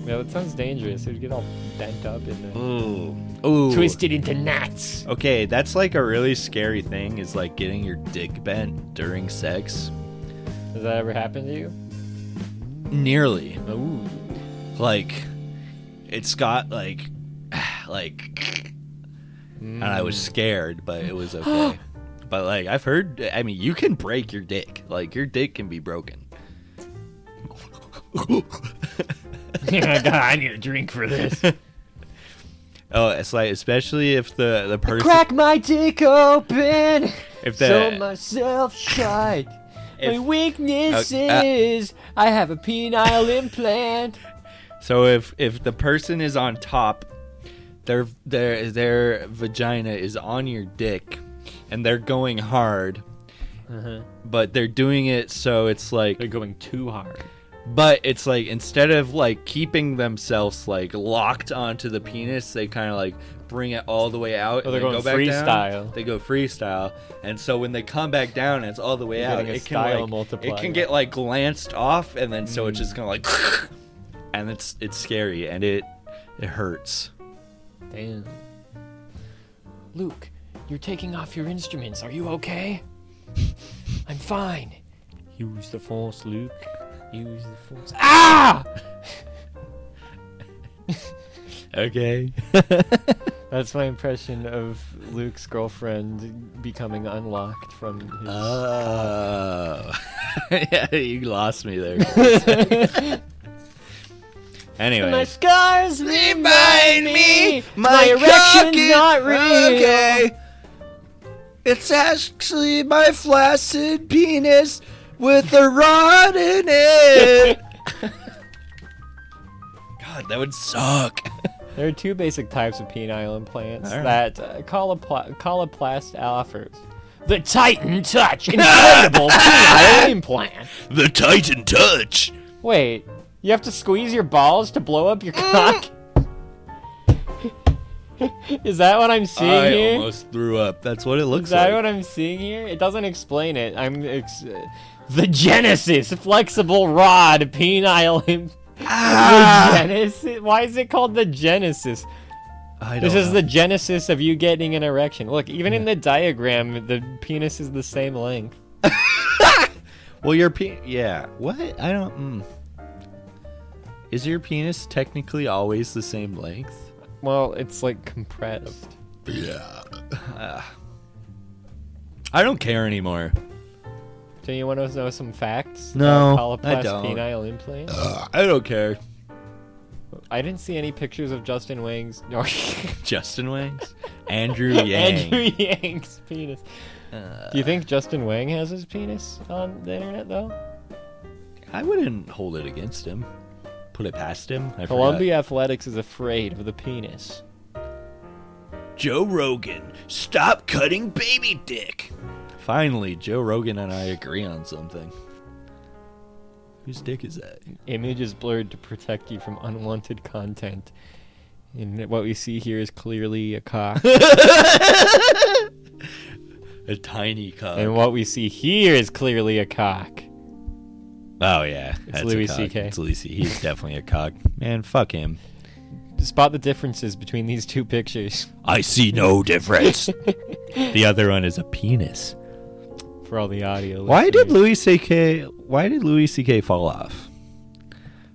Speaker 1: Yeah, that sounds dangerous. It'd get all bent up in there.
Speaker 2: Ooh, ooh.
Speaker 1: Twisted into knots.
Speaker 2: Okay, that's like a really scary thing. Is like getting your dick bent during sex.
Speaker 1: Has that ever happened to you?
Speaker 2: Nearly.
Speaker 1: Ooh.
Speaker 2: like it's got like like and I was scared, but it was okay. but like I've heard I mean you can break your dick. Like your dick can be broken.
Speaker 1: I need a drink for this.
Speaker 2: Oh, it's like especially if the the person
Speaker 1: Crack my dick open.
Speaker 2: if
Speaker 1: So
Speaker 2: the
Speaker 1: myself shut.
Speaker 2: If-
Speaker 1: My weakness
Speaker 2: Oh, uh,
Speaker 1: is I have a penile implant.
Speaker 2: so if if the person is on top their their their vagina is on your dick and they're going hard but they're doing it so it's like
Speaker 1: They're going too hard.
Speaker 2: but it's like instead of like keeping themselves like locked onto the penis they kind of like bring it all the way out
Speaker 1: Oh, they're
Speaker 2: and
Speaker 1: going
Speaker 2: then go back down.
Speaker 1: freestyle.
Speaker 2: they go freestyle and so when they come back down and it's all the way
Speaker 1: You're
Speaker 2: out
Speaker 1: getting a
Speaker 2: it can,
Speaker 1: style
Speaker 2: like,
Speaker 1: multiplier.
Speaker 2: it can get like glanced off
Speaker 1: Mm.
Speaker 2: and then so it's just kind of like and it's it's scary and it it hurts
Speaker 1: Damn. Luke, you're taking off your instruments. Are you okay? I'm fine. Use the force, Luke. Use the force. Ah!
Speaker 2: Okay.
Speaker 1: That's my impression of Luke's girlfriend becoming unlocked from his.
Speaker 2: Oh. yeah, you lost me there. for a second. anyway.
Speaker 3: My scars
Speaker 2: Remind
Speaker 3: remind
Speaker 2: me,
Speaker 3: me.
Speaker 2: my
Speaker 3: erection's
Speaker 2: cock
Speaker 3: not
Speaker 2: is-
Speaker 3: real.
Speaker 2: Okay. It's actually my flaccid penis with a rod in it. God, that would suck.
Speaker 1: There are two basic types of penile implants
Speaker 2: All right.
Speaker 1: that uh, colopla- coloplast offers. The Titan Touch inflatable penile implant.
Speaker 2: The Titan touch.
Speaker 1: Wait, you have to squeeze your balls to blow up your
Speaker 2: Mm.
Speaker 1: cock? Is that what I'm seeing
Speaker 2: I
Speaker 1: here?
Speaker 2: almost threw up. That's what it
Speaker 1: Is
Speaker 2: looks
Speaker 1: that
Speaker 2: like.
Speaker 1: what I'm seeing here? It doesn't explain it. I'm ex- the Genesis flexible rod penile imp-
Speaker 2: Ah!
Speaker 1: The Genesis. Why is it called the Genesis?
Speaker 2: I
Speaker 1: This
Speaker 2: don't
Speaker 1: is
Speaker 2: know.
Speaker 1: the genesis of you getting an erection. Look, even in the diagram, the penis is the same length.
Speaker 2: Well, your pe Yeah. What? I don't. Mm. Is your penis technically always the same length?
Speaker 1: Well, it's like compressed.
Speaker 2: Yeah. I don't care anymore.
Speaker 1: Do you want to know some facts?
Speaker 2: No,
Speaker 1: about
Speaker 2: I
Speaker 1: Coloplast
Speaker 2: don't. Uh.
Speaker 1: penile implant.
Speaker 2: I don't care.
Speaker 1: I didn't see any pictures of Justin Wang's or
Speaker 2: Justin Wangs? Andrew Yang.
Speaker 1: Andrew Yang's penis. Do you think Justin Wang has his penis on the internet though?
Speaker 2: I wouldn't hold it against him. Put it past him. I
Speaker 1: Columbia Athletics is afraid of the penis.
Speaker 2: forgot. Joe Rogan, stop cutting baby dick. Finally, Joe Rogan and I agree on something. Whose dick is that?
Speaker 1: Image is blurred to protect you from unwanted content. And what we see here is clearly a cock.
Speaker 2: A tiny cock.
Speaker 1: And what we see here is clearly a cock.
Speaker 2: Oh yeah, that's a
Speaker 1: Louis
Speaker 2: cock.
Speaker 1: CK.
Speaker 2: It's Louis C. He's definitely a cock. Man, fuck him.
Speaker 1: Spot the differences between these two pictures
Speaker 2: I see no difference. the other one is a penis.
Speaker 1: for all the audio.
Speaker 2: Why did
Speaker 1: listeners.
Speaker 2: Louis C.K. Why did Louis C.K. fall off?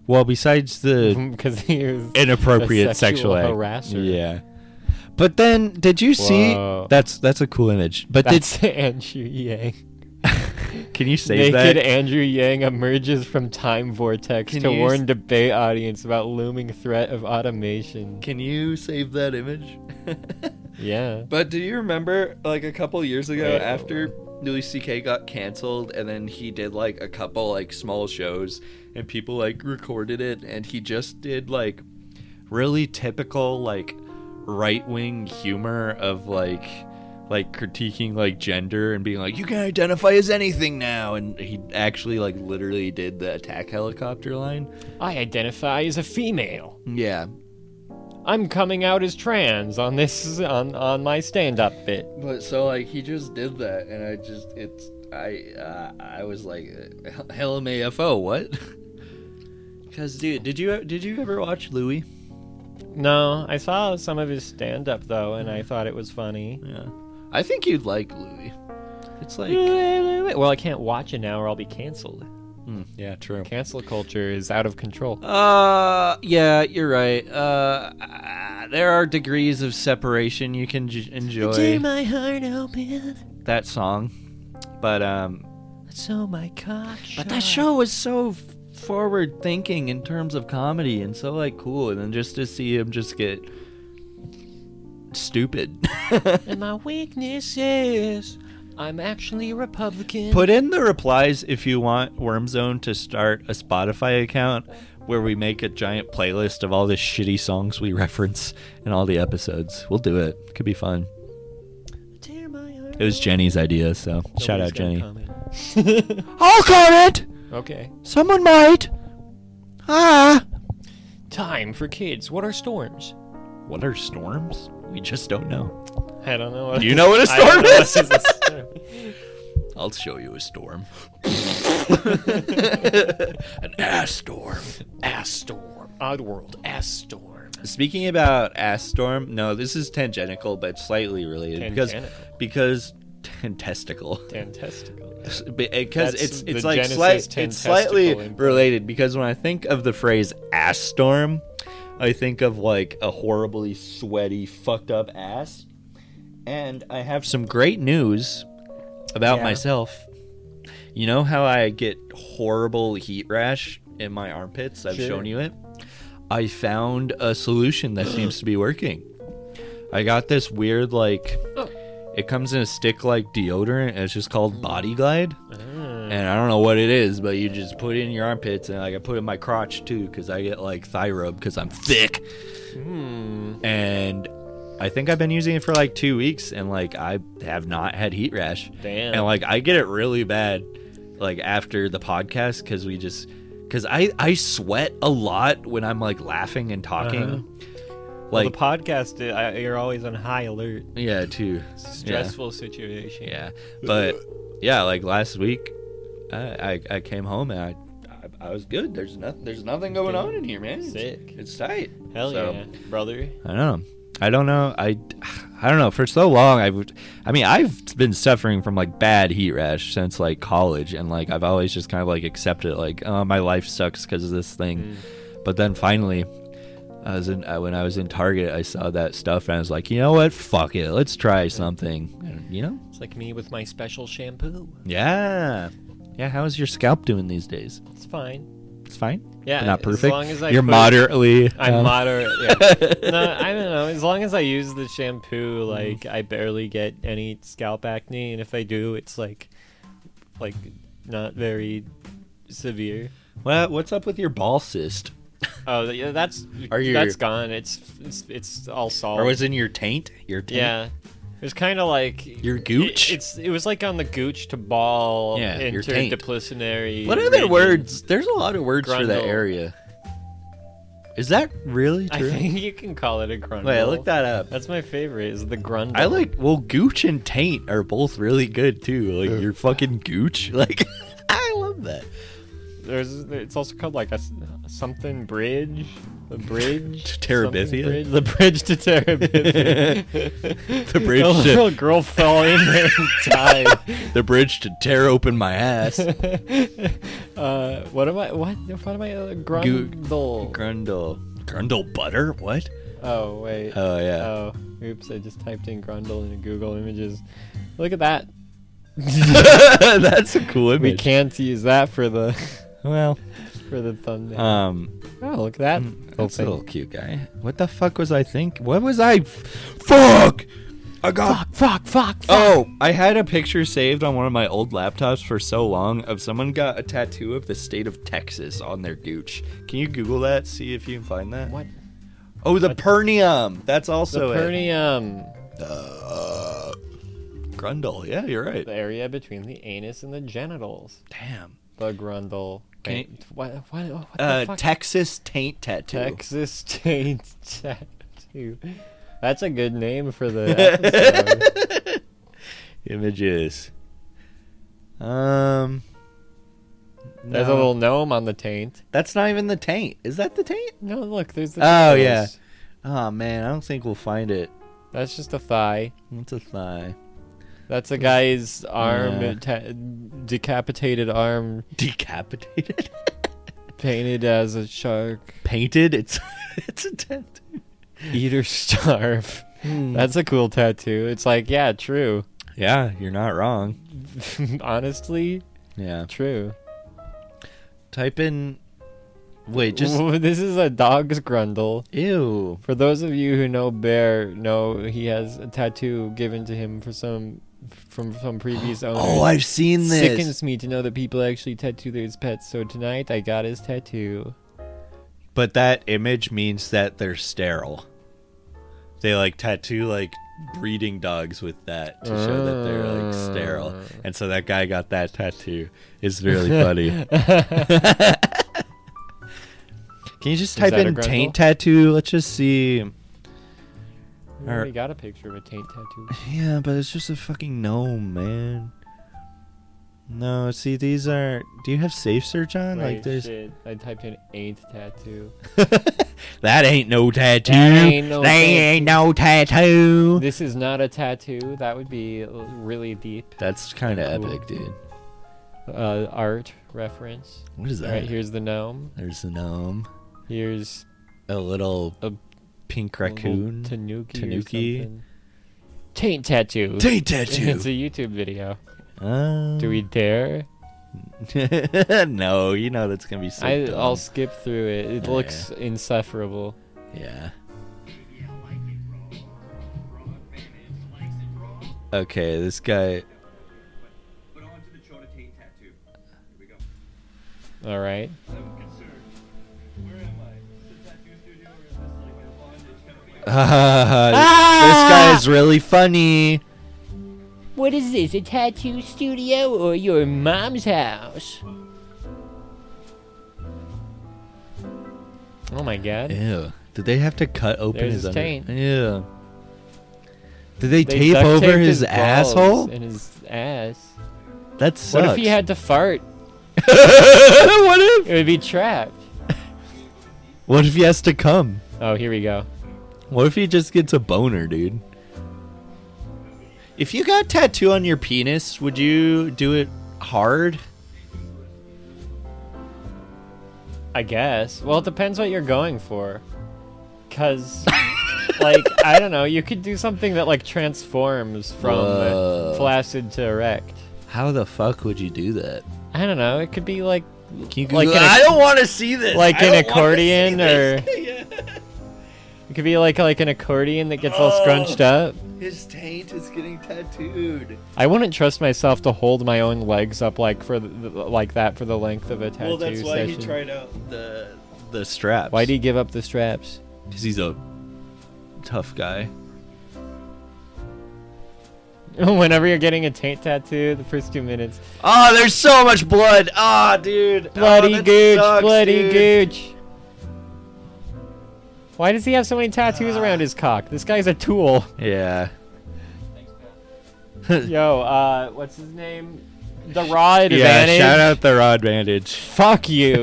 Speaker 2: Well, besides the
Speaker 1: Because he was
Speaker 2: inappropriate
Speaker 1: a sexual
Speaker 2: sexual, act.
Speaker 1: harasser.
Speaker 2: Yeah. But then, did you see?
Speaker 1: Whoa.
Speaker 2: That's that's a cool image. But
Speaker 1: That's Andrew Yang.
Speaker 2: did can you save
Speaker 1: Naked
Speaker 2: that?
Speaker 1: Andrew Yang emerges from time vortex
Speaker 2: Can
Speaker 1: to
Speaker 2: you
Speaker 1: warn
Speaker 2: s-
Speaker 1: debate audience about looming threat of automation.
Speaker 2: Can you save that image?
Speaker 1: Yeah.
Speaker 2: But do you remember, like a couple years ago,
Speaker 1: Wait,
Speaker 2: after Louis C.K. got canceled, and then he did like a couple like small shows, and people like recorded it, and he just did like really typical like right wing humor of like like critiquing like gender and being like you can identify as anything now, and he actually like literally did the attack helicopter line.
Speaker 1: I identify as a female.
Speaker 2: Yeah,
Speaker 1: I'm coming out as trans on this on on my stand-up bit.
Speaker 2: But so like he just did that, and I just it's I uh, I was like, LMAFO, what? Because dude, did you did you ever watch Louis?
Speaker 1: No, I saw some of his stand up though, and I thought it was funny.
Speaker 2: Yeah, I think you'd like Louis. It's like
Speaker 1: Well, I can't watch it now, or I'll be canceled.
Speaker 2: yeah, true.
Speaker 1: Cancel culture is out of control.
Speaker 2: Uh, yeah, you're right. Uh, ah, there are degrees of separation you can j- enjoy
Speaker 3: Tear my heart open.
Speaker 2: that song, but um,
Speaker 3: So my cock.
Speaker 2: But that show was so forward thinking in terms of comedy and so like cool and then just to see him just get stupid.
Speaker 3: And my weakness is I'm actually a Republican.
Speaker 2: Put in the replies if you want Wormzone to start a Spotify account where we make a giant playlist of all the shitty songs we reference in all the episodes. We'll do it. Could be fun.
Speaker 3: Tear my heart
Speaker 2: It was Jenny's idea, so shout out
Speaker 1: Nobody's gonna
Speaker 2: Jenny.
Speaker 1: comment.
Speaker 2: I'll comment.
Speaker 1: okay.
Speaker 2: Someone might. Ah.
Speaker 1: Time for kids. What are storms?
Speaker 2: What are storms? We just don't know.
Speaker 1: I don't know. What
Speaker 2: You know what a
Speaker 1: I don't
Speaker 2: storm
Speaker 1: know what
Speaker 2: is?
Speaker 1: is a storm.
Speaker 2: I'll show you a storm. An ass storm.
Speaker 3: ass storm. Oddworld ass storm.
Speaker 2: Speaking about ass storm, no, this is tangential, but slightly related
Speaker 1: Tangential.
Speaker 2: because because testicle.
Speaker 1: Ten testicle.
Speaker 2: because
Speaker 1: That's
Speaker 2: eh, it's it's
Speaker 1: the
Speaker 2: like
Speaker 1: Genesis
Speaker 2: slight,
Speaker 1: ten
Speaker 2: it's slightly
Speaker 1: testicle implant.
Speaker 2: related because when I think of the phrase ass storm, I think of like a horribly sweaty, fucked up ass. And I have some great news about
Speaker 1: Yeah.
Speaker 2: myself. You know how I get horrible heat rash in my armpits? I've
Speaker 1: Sure.
Speaker 2: shown you it. I found a solution that seems to be working. I got this weird like
Speaker 1: Oh.
Speaker 2: it comes in a stick like deodorant and it's just called Body Glide. And I don't know what it is, but you just put it in your armpits and like I put it in my crotch too cuz I get like thigh rub cuz I'm thick. And I think I've been using it for like 2 weeks and like I have not had heat rash.
Speaker 1: Damn.
Speaker 2: And like I get it really bad like after the podcast cuz we just cuz I I sweat a lot when I'm like laughing and talking.
Speaker 1: Uh-huh.
Speaker 2: Like
Speaker 1: the podcast, uh, I- you're always on high alert.
Speaker 2: yeah, too. Yeah.
Speaker 1: Stressful situation.
Speaker 2: Yeah, but yeah, like last week, I I, I came home and I, I I was good. There's nothing there's nothing going on in here, man. It's-
Speaker 1: Sick.
Speaker 2: It's, tight.
Speaker 1: Hell
Speaker 2: So,
Speaker 1: yeah, brother.
Speaker 2: I don't know. I don't know. I I don't know. For so long, I would- I mean, I've been suffering from like bad heat rash since like college, and like I've always just kind of like accepted like oh my life sucks because of this thing,
Speaker 1: Mm.
Speaker 2: but then finally. I was in uh, when I was in Target. I saw that stuff and I was like, you know what? Fuck it. Let's try something. And, you know,
Speaker 1: It's like me with my special shampoo.
Speaker 2: yeah. Yeah, how is your scalp doing these days?
Speaker 1: It's fine.
Speaker 2: It's fine?
Speaker 1: Yeah,
Speaker 2: Not
Speaker 1: as
Speaker 2: perfect?
Speaker 1: long as I
Speaker 2: You're
Speaker 1: put-
Speaker 2: moderately...
Speaker 1: I'm
Speaker 2: um,
Speaker 1: moderate. Yeah. no, I don't know. As long as I use the shampoo, like
Speaker 2: Mm-hmm.
Speaker 1: I barely get any scalp acne, and if I do, it's like, like, not very severe.
Speaker 2: What, what's up with your ball cyst?
Speaker 1: Oh, th- yeah, that's
Speaker 2: Are you-
Speaker 1: that's gone. It's it's, it's all solved.
Speaker 2: Or was it in your taint? Your taint?
Speaker 1: Yeah, it was kind of like
Speaker 2: Your gooch?
Speaker 1: It, it's it was like on the gooch to ball
Speaker 2: Yeah, your taint.
Speaker 1: interduplicinary.
Speaker 2: What are
Speaker 1: region.
Speaker 2: the words? There's a lot of words for that
Speaker 1: Grundle.
Speaker 2: area. Is that really
Speaker 1: I
Speaker 2: true?
Speaker 1: think you can call it a grundle.
Speaker 2: Wait, look that up.
Speaker 1: That's my favorite. Is the grundle.
Speaker 2: I like... Well, gooch and taint are both really good, too. Like, your fucking gooch. Like, I love that.
Speaker 1: There's. It's also called like a s- something bridge. The bridge.
Speaker 2: To Terabithia?
Speaker 1: Something Bridge, the bridge to Terabithia.
Speaker 2: The bridge
Speaker 1: a
Speaker 2: to-
Speaker 1: little girl fell in there and died.
Speaker 2: The bridge to tear open my ass.
Speaker 1: uh, what am I? What? What am I? Uh,
Speaker 2: Goo-
Speaker 1: grundle.
Speaker 2: Grundle. Grundle butter? What?
Speaker 1: oh wait.
Speaker 2: Oh, yeah.
Speaker 1: Oh, oops! I just typed in grundle into Google Images. Look at that.
Speaker 2: That's a cool
Speaker 1: We
Speaker 2: image.
Speaker 1: can't use that for the
Speaker 2: Well,
Speaker 1: for the thumbnail.
Speaker 2: um,
Speaker 1: oh, look at that. Whole
Speaker 2: that's a
Speaker 1: thing.
Speaker 2: little cute guy. What the fuck was I think? What was I? Fuck! I got.
Speaker 3: Fuck, fuck, fuck.
Speaker 2: Oh, I had a picture saved on one of my old laptops for so long of someone got a tattoo of the state of Texas on their gooch. Can you Google that? See if you can find that.
Speaker 1: What?
Speaker 2: Oh, the pernium. That's also
Speaker 1: the
Speaker 2: it. Uh,
Speaker 1: perineum,
Speaker 2: Grundle. Yeah, you're right.
Speaker 1: the area between the anus and the genitals.
Speaker 2: Damn.
Speaker 1: The grundle.
Speaker 2: Can
Speaker 1: Wait, what? What? What the
Speaker 2: Uh,
Speaker 1: fuck?
Speaker 2: Texas taint tattoo.
Speaker 1: Texas taint tattoo. That's a good name for the episode.
Speaker 2: Images. Um.
Speaker 1: There's a
Speaker 2: no.
Speaker 1: little gnome on the taint.
Speaker 2: That's not even the taint. Is that the taint?
Speaker 1: No, look, there's the.
Speaker 2: Oh,
Speaker 1: genitals.
Speaker 2: yeah. Oh man, I don't think we'll find it.
Speaker 1: That's just a thigh.
Speaker 2: It's a thigh.
Speaker 1: That's a guy's arm,
Speaker 2: Yeah.
Speaker 1: ta- decapitated arm,
Speaker 2: Decapitated.
Speaker 1: painted as a shark.
Speaker 2: Painted. It's it's a tattoo.
Speaker 1: Eat or starve.
Speaker 2: Hmm.
Speaker 1: That's a cool tattoo. It's like, yeah, true.
Speaker 2: Yeah, you're not wrong.
Speaker 1: Honestly,
Speaker 2: Yeah.
Speaker 1: true.
Speaker 2: Type in. Wait, just
Speaker 1: this is a dog's grundle.
Speaker 2: ew.
Speaker 1: For those of you who know Bear, know he has a tattoo given to him for some from some previous owner.
Speaker 2: Oh, I've seen this.
Speaker 1: Sickens me to know that people actually tattoo their pets. So tonight I got his tattoo.
Speaker 2: But that image means that they're sterile. They like tattoo like breeding dogs with that to show that they're like sterile.
Speaker 1: Ah.
Speaker 2: And so that guy got that tattoo. It's really funny. Can you just type
Speaker 1: that a
Speaker 2: in
Speaker 1: grundle?
Speaker 2: taint tattoo? Let's just see.
Speaker 1: We
Speaker 2: Or-
Speaker 1: already got a picture of a taint tattoo.
Speaker 2: Yeah, but it's just a fucking gnome, man. No, see these are. Do you have safe search on?
Speaker 1: Wait,
Speaker 2: like there's.
Speaker 1: shit. I typed in ain't tattoo.
Speaker 2: That ain't no tattoo.
Speaker 1: That ain't no
Speaker 2: That ain't no tattoo.
Speaker 1: This is not a tattoo. That would be l- really deep
Speaker 2: That's kind of
Speaker 1: Cool.
Speaker 2: epic, dude.
Speaker 1: uh, art reference.
Speaker 2: What is that?
Speaker 1: All right, here's the gnome.
Speaker 2: There's a gnome,
Speaker 1: Here's
Speaker 2: a little
Speaker 1: A
Speaker 2: pink
Speaker 1: a little
Speaker 2: raccoon,
Speaker 1: tanuki,
Speaker 2: Tanuki.
Speaker 1: or something. Taint tattoo.
Speaker 2: taint
Speaker 1: it's a
Speaker 2: tattoo.
Speaker 1: YouTube video.
Speaker 2: Um,
Speaker 1: Do we dare?
Speaker 2: no, you know that's gonna be so.
Speaker 1: I,
Speaker 2: dumb.
Speaker 1: I'll skip through it. It
Speaker 2: Yeah.
Speaker 1: looks insufferable.
Speaker 2: Yeah. Okay, this guy.
Speaker 5: But on to the Chonatane tattoo. Here we go.
Speaker 1: All right.
Speaker 5: I'm concerned. Where am I? Is the tattoo studio or is this like my bondage company?
Speaker 2: this guy is really funny.
Speaker 3: What is this? A tattoo studio or your mom's house?
Speaker 1: Oh my god.
Speaker 2: Ew. Did they have to cut open
Speaker 1: There's
Speaker 2: his
Speaker 1: his
Speaker 2: under-
Speaker 1: taint.
Speaker 2: Ew. Did they,
Speaker 1: They
Speaker 2: tape
Speaker 1: duct
Speaker 2: over
Speaker 1: taped
Speaker 2: his,
Speaker 1: balls
Speaker 2: asshole?
Speaker 1: and his ass.
Speaker 2: That sucks.
Speaker 1: What if he had to fart?
Speaker 2: what if?
Speaker 1: It would be trapped.
Speaker 2: What if he has to come?
Speaker 1: Oh, here we go.
Speaker 2: What if he just gets a boner, dude? If you got tattoo on your penis, would you do it hard?
Speaker 1: I guess. Well, it depends what you're going for. Cause, like, I don't know. You could do something that like transforms from
Speaker 2: Whoa.
Speaker 1: flaccid to erect.
Speaker 2: How the fuck would you do that?
Speaker 1: I don't know. It could be like
Speaker 2: Can you
Speaker 1: Like
Speaker 2: Google-
Speaker 1: an ac-
Speaker 2: I don't want to see this.
Speaker 1: like
Speaker 2: I
Speaker 1: an
Speaker 2: don't wanna see
Speaker 1: accordion
Speaker 2: this.
Speaker 1: or. It could be like like an accordion that gets all
Speaker 2: Oh.
Speaker 1: scrunched up.
Speaker 2: his taint is getting tattooed.
Speaker 1: I wouldn't trust myself to hold my own legs up like for the, like that for the length of a tattoo
Speaker 2: Well, that's why
Speaker 1: session.
Speaker 2: he tried out the the straps.
Speaker 1: Why'd he give up the straps?
Speaker 2: Because he's a tough guy.
Speaker 1: Whenever you're getting a taint tattoo, the first two minutes,
Speaker 2: Oh, there's so much blood. Ah, dude.
Speaker 1: bloody
Speaker 2: oh, that
Speaker 1: gooch,
Speaker 2: sucks,
Speaker 1: bloody
Speaker 2: dude.
Speaker 1: gooch. Why does he have so many tattoos around his cock? This guy's a tool.
Speaker 2: Yeah.
Speaker 1: Yo, uh, what's his name? The Raw
Speaker 2: Yeah.
Speaker 1: Advantage.
Speaker 2: Shout out the rod bandage.
Speaker 1: Fuck you.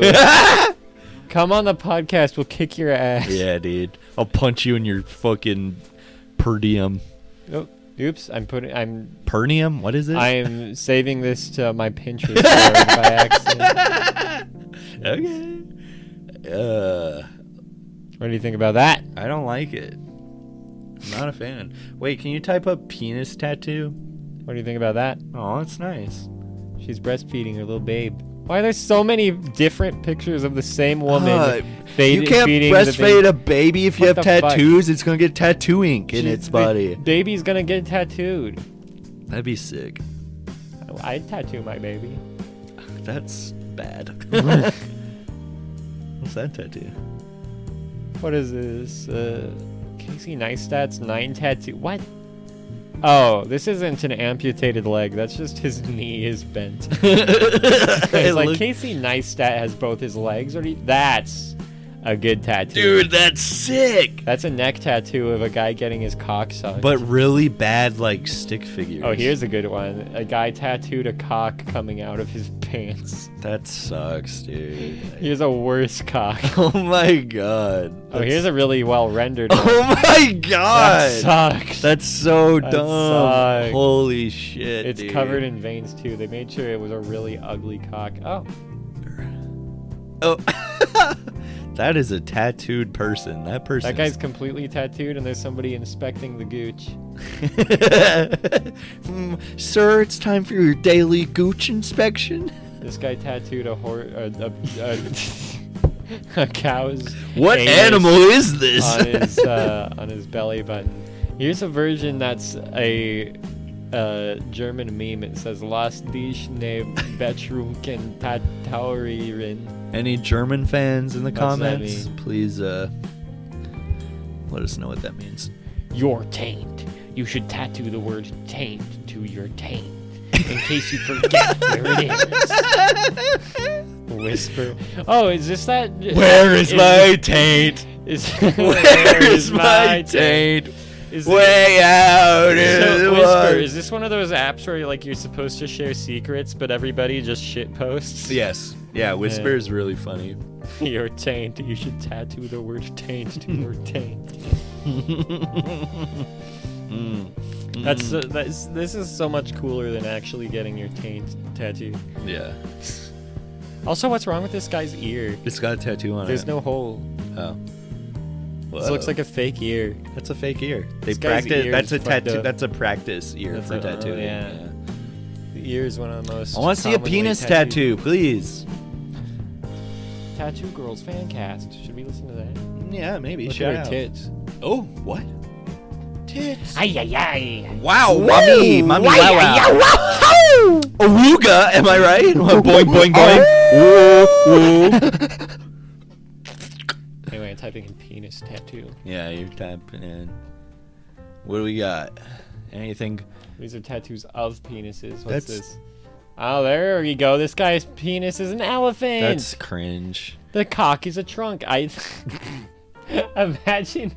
Speaker 1: Come on the podcast, we'll kick your ass.
Speaker 2: Yeah, dude. I'll punch you in your fucking perdium.
Speaker 1: Oh, oops, I'm putting, I'm
Speaker 2: Pernium? What is it?
Speaker 1: I'm saving this to my Pinterest board by accident.
Speaker 2: okay. Uh,
Speaker 1: What do you think about that?
Speaker 2: I don't like it. I'm not a fan. Wait, can you type up penis tattoo?
Speaker 1: What do you think about that?
Speaker 2: Oh, that's nice.
Speaker 1: She's breastfeeding her little babe. Why are there so many different pictures of the same woman?
Speaker 2: Uh,
Speaker 1: fade-
Speaker 2: you can't
Speaker 1: feeding the
Speaker 2: breastfeed
Speaker 1: baby?
Speaker 2: a baby if you
Speaker 1: What
Speaker 2: have
Speaker 1: the fuck?
Speaker 2: tattoos. It's gonna get tattoo ink in
Speaker 1: She's-
Speaker 2: its
Speaker 1: the
Speaker 2: body.
Speaker 1: Baby's gonna get tattooed.
Speaker 2: That'd be sick.
Speaker 1: I'd tattoo my baby.
Speaker 2: That's bad. What's that tattoo?
Speaker 1: What is this? Uh, Casey Neistat's nine tattoo. What? Oh, this isn't an amputated leg. That's just his knee is bent.
Speaker 2: It
Speaker 1: It's like
Speaker 2: look-
Speaker 1: Casey Neistat has both his legs. Or do you- that's a good tattoo,
Speaker 2: dude, that's sick.
Speaker 1: That's a neck tattoo of a guy getting his cock sucked.
Speaker 2: But really bad, like stick figures.
Speaker 1: oh, here's a good one: a guy tattooed a cock coming out of his pants.
Speaker 2: that sucks, dude.
Speaker 1: Here's a worse cock.
Speaker 2: Oh my god.
Speaker 1: Oh,
Speaker 2: That's-
Speaker 1: here's a really well rendered. One.
Speaker 2: Oh my god.
Speaker 1: That sucks.
Speaker 2: That's so
Speaker 1: That
Speaker 2: dumb.
Speaker 1: sucks.
Speaker 2: Holy shit.
Speaker 1: it's
Speaker 2: dude.
Speaker 1: covered in veins too. They made sure it was a really ugly cock. Oh,
Speaker 2: Oh. that is a tattooed person. That person.
Speaker 1: that guy's completely tattooed, and there's somebody inspecting the gooch.
Speaker 2: Mm, Sir, it's time for your daily gooch inspection.
Speaker 1: This guy tattooed a horse, a, a, a, a cow's.
Speaker 2: What
Speaker 1: anus
Speaker 2: animal is this?
Speaker 1: on his uh, on his belly button. Here's a version that's a uh, German meme. It says "Last Dich ne Betrunken Tauririn."
Speaker 2: Any German fans in the
Speaker 1: What does that
Speaker 2: comments,
Speaker 1: mean?
Speaker 2: please uh, let us know what that means.
Speaker 3: Your taint. You should tattoo the word taint to your taint in case you forget where it is.
Speaker 1: Whisper. Oh, is this that?
Speaker 2: Where is my taint?
Speaker 1: Is,
Speaker 2: Where is my taint?
Speaker 1: Is this,
Speaker 2: Way out in
Speaker 1: so,
Speaker 2: the
Speaker 1: Whisper,
Speaker 2: woods.
Speaker 1: is this one of those apps where like you're supposed to share secrets, but everybody just shit posts?
Speaker 2: Yes. Yeah, whisper is really funny.
Speaker 1: Your taint. You should tattoo the word taint to your taint. Mm.
Speaker 2: Mm.
Speaker 1: That's so- that's this is so much cooler than actually getting your taint tattooed.
Speaker 2: Yeah,
Speaker 1: Also, what's wrong with this guy's ear?
Speaker 2: it's got a tattoo on
Speaker 1: There's
Speaker 2: it.
Speaker 1: no hole.
Speaker 2: Oh.
Speaker 1: This looks like a fake ear.
Speaker 2: that's a fake ear. They
Speaker 1: This guy's
Speaker 2: practice.
Speaker 1: ear
Speaker 2: That's a
Speaker 1: is fucked
Speaker 2: tattoo.
Speaker 1: up.
Speaker 2: That's a practice ear
Speaker 1: That's
Speaker 2: for
Speaker 1: a- oh,
Speaker 2: tattooing.
Speaker 1: yeah. The ear is one of the most.
Speaker 2: I want to see a
Speaker 1: commonly
Speaker 2: penis
Speaker 1: tattooed-
Speaker 2: tattoo, please.
Speaker 1: Tattoo Girls fan cast. Should we listen to that?
Speaker 2: Yeah, maybe.
Speaker 1: Look
Speaker 2: Shout
Speaker 1: at her
Speaker 2: out.
Speaker 1: tits.
Speaker 2: Oh, what? Tits.
Speaker 3: Ay, ay, ay.
Speaker 2: Wow, mommy, mommy, wow, wow. Aruga, am I right? boing, boing, boing.
Speaker 1: Anyway, I'm typing in penis tattoo.
Speaker 2: yeah, you're typing in. What do we got? Anything?
Speaker 1: These are tattoos of penises. What's
Speaker 2: That's-
Speaker 1: this? Oh, there you go. This guy's penis is an elephant.
Speaker 2: That's cringe.
Speaker 1: The cock is a trunk. I imagine,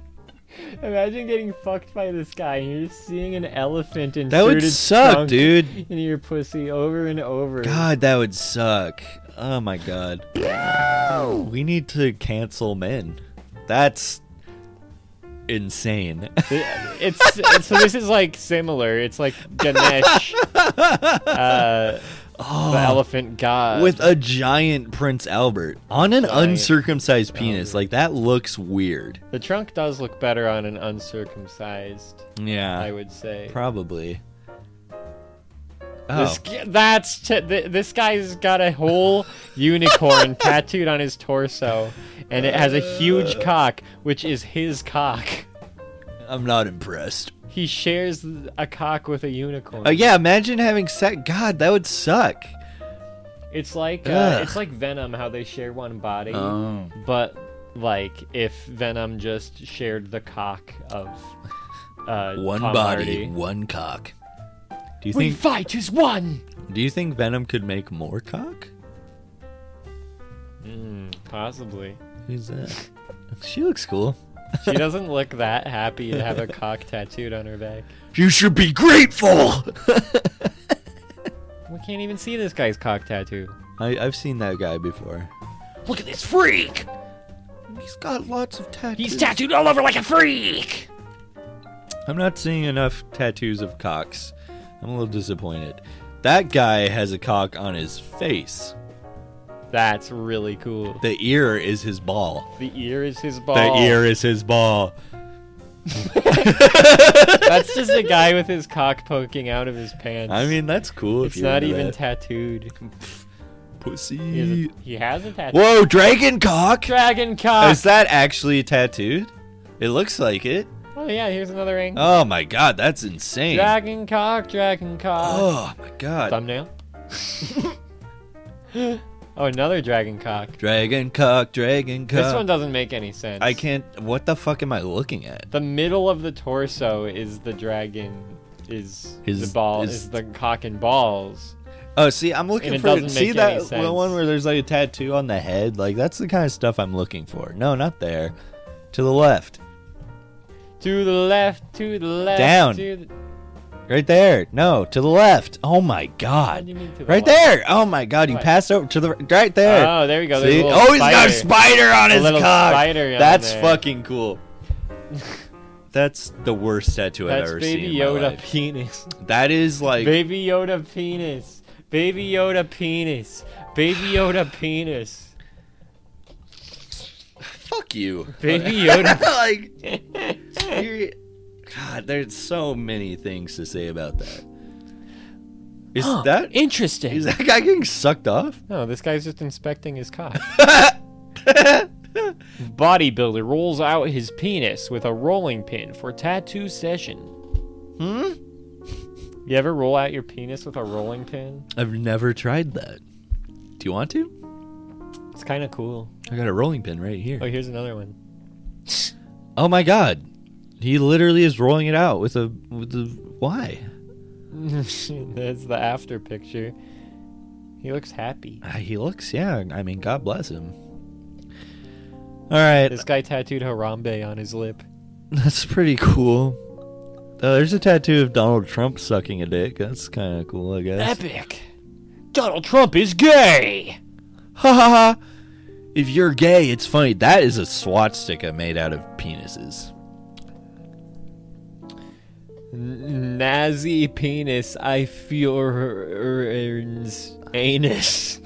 Speaker 1: imagine getting fucked by this guy and you're just seeing an elephant inserted
Speaker 2: That would suck,
Speaker 1: trunk
Speaker 2: dude.
Speaker 1: in your pussy over and over.
Speaker 2: God, that would suck. Oh my god. We need to cancel men. That's insane.
Speaker 1: It's, it's so this is like similar. It's like Ganesh, uh, the elephant god.
Speaker 2: Oh. With uh, a giant Prince Albert on an
Speaker 1: Giant
Speaker 2: uncircumcised penis, like that looks weird.
Speaker 1: the trunk does look better on an uncircumcised.
Speaker 2: Yeah.
Speaker 1: I would say.
Speaker 2: Probably. oh.
Speaker 1: This, g- that's t- th- this guy's got a whole unicorn tattooed on his torso, and it has a huge cock, which is his cock.
Speaker 2: I'm not impressed.
Speaker 1: He shares a cock with a unicorn.
Speaker 2: Uh, yeah, imagine having sex. God, that would suck.
Speaker 1: It's like uh,
Speaker 2: Ugh.
Speaker 1: it's like Venom, how they share one body,
Speaker 2: Oh.
Speaker 1: but like if Venom just shared the cock of uh,
Speaker 2: One
Speaker 1: Tom
Speaker 2: body,
Speaker 1: Hardy.
Speaker 2: one cock. Do you
Speaker 1: We
Speaker 2: think?
Speaker 1: fight as one.
Speaker 2: Do you think Venom could make more cock?
Speaker 1: Possibly.
Speaker 2: Who's that? she looks cool.
Speaker 1: She doesn't look that happy to have a cock tattooed on her back.
Speaker 2: You should be grateful.
Speaker 1: We can't even see this guy's cock tattoo.
Speaker 2: I, I've seen that guy before.
Speaker 3: Look at this freak.
Speaker 2: He's got lots of tattoos.
Speaker 3: He's tattooed all over like a freak.
Speaker 2: I'm not seeing enough tattoos of cocks. I'm a little disappointed. That guy has a cock on his face.
Speaker 1: That's really cool.
Speaker 2: The ear is his ball.
Speaker 1: The ear is his ball.
Speaker 2: The ear is his ball.
Speaker 1: That's just a guy with his cock poking out of his pants.
Speaker 2: I mean, that's cool.
Speaker 1: it's
Speaker 2: if you're
Speaker 1: not
Speaker 2: into
Speaker 1: even
Speaker 2: that.
Speaker 1: tattooed. He has,
Speaker 2: pussy.
Speaker 1: a, he has a tattoo.
Speaker 2: Whoa, dragon cock!
Speaker 1: Dragon cock.
Speaker 2: Is that actually tattooed? It looks like it.
Speaker 1: oh yeah, here's another ring.
Speaker 2: Oh my god, that's insane.
Speaker 1: dragon cock. Dragon cock.
Speaker 2: Oh my god.
Speaker 1: Thumbnail. oh, another dragon cock.
Speaker 2: Dragon cock, dragon cock.
Speaker 1: This one doesn't make any sense.
Speaker 2: I can't. What the fuck am I looking at?
Speaker 1: The middle of the torso is the dragon. Is
Speaker 2: Is-
Speaker 1: the ball?
Speaker 2: is-
Speaker 1: is the cock and balls?
Speaker 2: Oh, see, I'm looking
Speaker 1: And it
Speaker 2: for
Speaker 1: doesn't
Speaker 2: see
Speaker 1: make
Speaker 2: that
Speaker 1: any sense.
Speaker 2: the one where there's like a tattoo on the head. Like that's the kind of stuff I'm looking for. No, not there. To the left,
Speaker 1: To the left, to the left.
Speaker 2: Down.
Speaker 1: To the...
Speaker 2: right there. No, to the left. Oh my
Speaker 1: What do
Speaker 2: god.
Speaker 1: you mean to the
Speaker 2: Right
Speaker 1: left?
Speaker 2: there! Oh my god, you
Speaker 1: What?
Speaker 2: passed over to the right there.
Speaker 1: Oh, there we go. There's
Speaker 2: See?
Speaker 1: a little
Speaker 2: Oh, he's
Speaker 1: spider.
Speaker 2: got a spider on
Speaker 1: A
Speaker 2: his
Speaker 1: little
Speaker 2: cock.
Speaker 1: spider on
Speaker 2: That's
Speaker 1: there.
Speaker 2: fucking cool. That's the worst tattoo I've
Speaker 1: That's
Speaker 2: ever
Speaker 1: Baby
Speaker 2: seen. in my
Speaker 1: Yoda
Speaker 2: life.
Speaker 1: penis.
Speaker 2: That is like
Speaker 1: Baby Yoda penis. Baby Yoda penis. Baby Yoda penis.
Speaker 2: fuck you.
Speaker 1: Baby Yoda.
Speaker 2: like you're- God, there's so many things to say about that. Is that
Speaker 3: Interesting.
Speaker 2: is that guy getting sucked off?
Speaker 1: No, this guy's just inspecting his cock. Bodybuilder rolls out his penis with a rolling pin for tattoo session. Hmm? You ever roll out your penis with a rolling pin?
Speaker 2: I've never tried that. Do you want to?
Speaker 1: It's kind of cool.
Speaker 2: I got a rolling pin right
Speaker 1: Oh,
Speaker 2: here.
Speaker 1: here's another one.
Speaker 2: Oh my god. He literally is rolling it out with a with a why?
Speaker 1: That's the after picture. He looks happy.
Speaker 2: Ah, He looks, yeah. I mean, God bless him. All right,
Speaker 1: This guy tattooed Harambe on his lip.
Speaker 2: that's pretty cool. Uh, there's a tattoo of Donald Trump sucking a dick. That's kind of cool, I guess.
Speaker 3: Epic. Donald Trump is gay.
Speaker 2: Ha ha ha. If you're gay, it's funny. That is a swastika made out of penises.
Speaker 1: Nazi penis, I feel anus.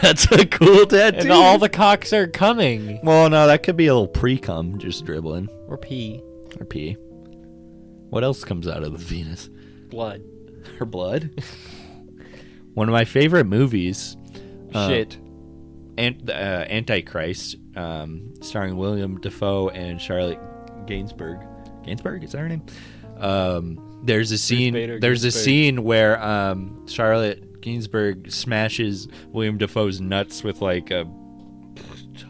Speaker 2: That's a cool tattoo.
Speaker 1: And all the cocks are coming.
Speaker 2: well, no, that could be a little pre cum, just dribbling
Speaker 1: Or pee.
Speaker 2: or pee. What else comes out of the Venus?
Speaker 1: Blood.
Speaker 2: Her blood. One of my favorite movies, Uh,
Speaker 1: Shit.
Speaker 2: Ant- uh, Antichrist, um, starring William Defoe and Charlotte Gainsbourg. Gainsbourg is that her name? Um, there's a scene.
Speaker 1: Bader
Speaker 2: there's a
Speaker 1: Ginsburg.
Speaker 2: scene where um, Charlotte Gainsbourg smashes William Defoe's nuts with like a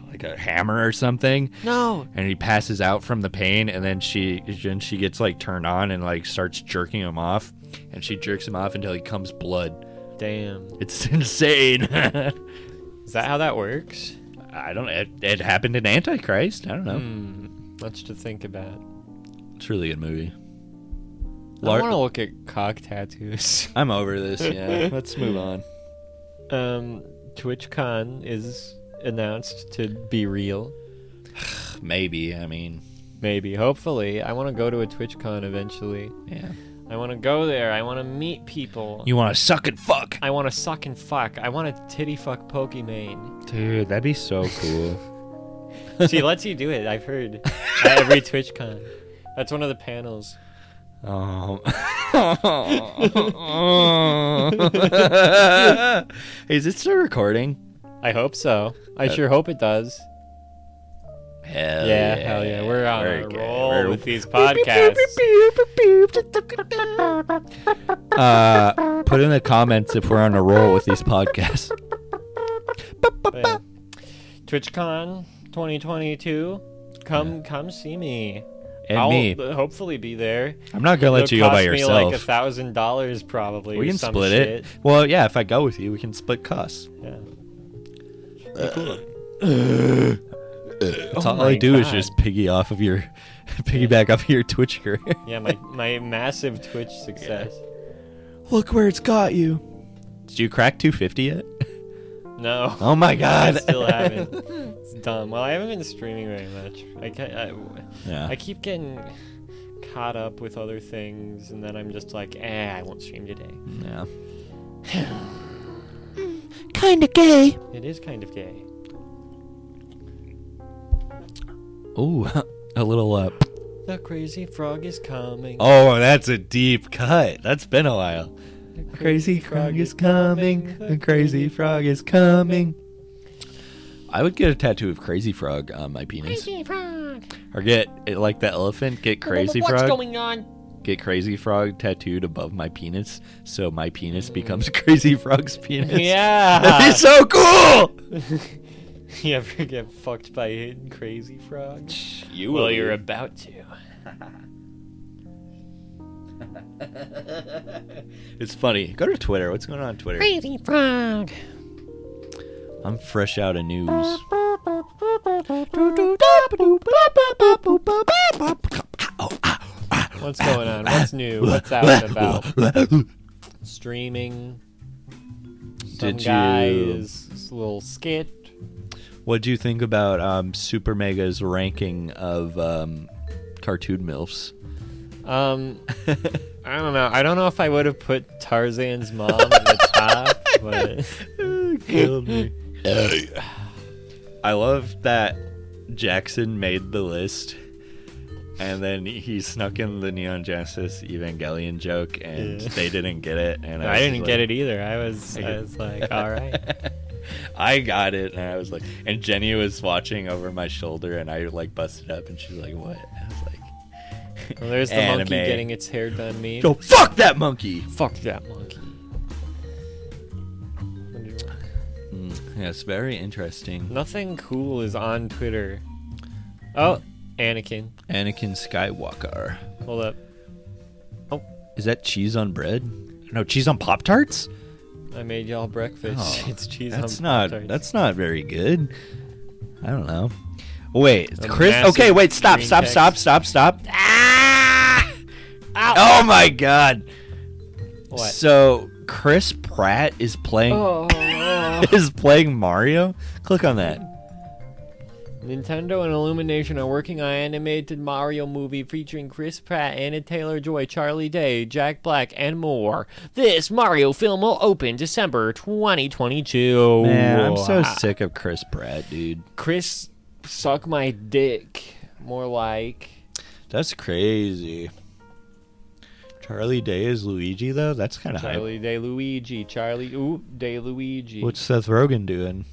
Speaker 2: like a hammer or something,
Speaker 1: No.
Speaker 2: and he passes out from the pain. And then she then she gets like turned on and like starts jerking him off, and she jerks him off until he comes blood.
Speaker 1: Damn.
Speaker 2: It's insane.
Speaker 1: Is that how that works?
Speaker 2: I don't. It, it happened in Antichrist. I don't know.
Speaker 1: Hmm. Much to think about.
Speaker 2: It's a really good movie.
Speaker 1: I
Speaker 2: Lar-
Speaker 1: want to look at cock tattoos.
Speaker 2: I'm over this. Yeah, let's move on.
Speaker 1: Um, TwitchCon is announced to be real.
Speaker 2: Maybe. I mean,
Speaker 1: Maybe. Hopefully. I want to go to a TwitchCon eventually.
Speaker 2: yeah.
Speaker 1: I want to go there. I want to meet people.
Speaker 2: You want to suck and fuck,
Speaker 1: I want to suck and fuck. I want to titty fuck Pokimane.
Speaker 2: dude? That'd be so cool.
Speaker 1: she lets you do it, I've heard. At every TwitchCon. That's one of the panels.
Speaker 2: Um. Is it still recording?
Speaker 1: I hope so. I
Speaker 2: Uh,
Speaker 1: sure hope it does.
Speaker 2: Hell
Speaker 1: yeah, hell yeah. We're on a
Speaker 2: good.
Speaker 1: roll
Speaker 2: We're-
Speaker 1: with these podcasts.
Speaker 2: Uh, put in the comments if we're on a roll with these podcasts.
Speaker 1: Yeah. TwitchCon 2022. Come come see me.
Speaker 2: And
Speaker 1: I'll
Speaker 2: me.
Speaker 1: uh, hopefully be there.
Speaker 2: I'm not gonna let
Speaker 1: It'll
Speaker 2: you go by
Speaker 1: cost me
Speaker 2: yourself.
Speaker 1: like a thousand dollars probably.
Speaker 2: we
Speaker 1: or
Speaker 2: can
Speaker 1: some
Speaker 2: split
Speaker 1: shit.
Speaker 2: it. Well, yeah, if I go with you, we can split costs.
Speaker 1: Yeah.
Speaker 2: That's
Speaker 1: Oh
Speaker 2: all I
Speaker 1: my
Speaker 2: do is
Speaker 1: God.
Speaker 2: just piggy off of your piggyback off of your Twitch career.
Speaker 1: Yeah, my, my massive Twitch success.
Speaker 2: Look where it's got you. Did you crack 250 yet?
Speaker 1: No.
Speaker 2: Oh my god.
Speaker 1: I still haven't. It's dumb. Well, I haven't been streaming very much. I can
Speaker 2: yeah.
Speaker 1: I, I keep getting caught up with other things, and then I'm just like, eh, I won't stream today.
Speaker 2: yeah.
Speaker 6: Kinda gay.
Speaker 1: It is kind of gay.
Speaker 2: Ooh, a little uh
Speaker 1: The crazy frog is coming.
Speaker 2: Oh, that's a deep cut. That's been a while. Crazy frog is coming. The crazy frog is coming. I would get a tattoo of Crazy Frog on my penis. Or get it like the elephant, get Crazy
Speaker 3: What's
Speaker 2: Frog.
Speaker 3: going on?
Speaker 2: Get Crazy Frog tattooed above my penis so my penis becomes Crazy Frog's penis. That'd be
Speaker 1: Yeah.
Speaker 2: so cool!
Speaker 1: you ever get fucked by a crazy frog?
Speaker 2: You
Speaker 1: Well, you're about to.
Speaker 2: It's funny. Go to Twitter. What's going on on Twitter?
Speaker 6: Crazy frog.
Speaker 2: I'm fresh out of news.
Speaker 1: What's going on? What's new? What's out and about? Streaming. Some
Speaker 2: Did
Speaker 1: guy
Speaker 2: you-
Speaker 1: is s- little skit.
Speaker 2: What do you think about um, Super Mega's ranking of um, cartoon milfs?
Speaker 1: Um, I don't know. I don't know if I would have put Tarzan's mom at the top, but
Speaker 2: Killed me. I love that Jackson made the list, and then he snuck in the Neon Genesis Evangelion joke, and
Speaker 1: Yeah.
Speaker 2: they didn't get it. And I,
Speaker 1: I
Speaker 2: was
Speaker 1: didn't
Speaker 2: like-
Speaker 1: get it either. I was, I was like, all right.
Speaker 2: I got it, and I was like, and Jenny was watching over my shoulder, and I like busted up, and she's like, "What?" I was like,
Speaker 1: Well, there's the monkey
Speaker 2: Anime.
Speaker 1: getting its hair done. Me.
Speaker 2: "Yo, fuck that monkey!"
Speaker 1: Fuck that monkey.
Speaker 2: Yes, Mm, very interesting.
Speaker 1: Nothing cool is on Twitter. Oh, Anakin.
Speaker 2: Anakin Skywalker.
Speaker 1: Hold up.
Speaker 2: Is that cheese on bread? No, cheese on Pop Tarts.
Speaker 1: I made y'all breakfast.
Speaker 2: Oh,
Speaker 1: it's cheese
Speaker 2: That's
Speaker 1: on
Speaker 2: not.
Speaker 1: Pop-Tarts.
Speaker 2: That's not very good. I don't know. Wait,
Speaker 1: A
Speaker 2: Chris. Okay,
Speaker 1: massive
Speaker 2: wait. Stop.
Speaker 1: green
Speaker 2: Stop.
Speaker 1: text.
Speaker 2: Stop. Stop. Stop. Ah! Oh my God.
Speaker 1: What?
Speaker 2: So Chris Pratt is playing.
Speaker 1: Oh.
Speaker 2: is playing Mario? Click on that.
Speaker 1: Nintendo and Illumination are working on an animated Mario movie featuring Chris Pratt, Anna Taylor Joy, Charlie Day, Jack Black, and more. This Mario film will open December 2022.
Speaker 2: Man, I'm so
Speaker 1: ah.
Speaker 2: sick of Chris Pratt, dude.
Speaker 1: Chris, suck my dick. More like.
Speaker 2: That's crazy. Charlie Day is Luigi though. That's kind of hype.
Speaker 1: Charlie De Luigi. Charlie. Ooh, De Luigi.
Speaker 2: What's Seth Rogen doing?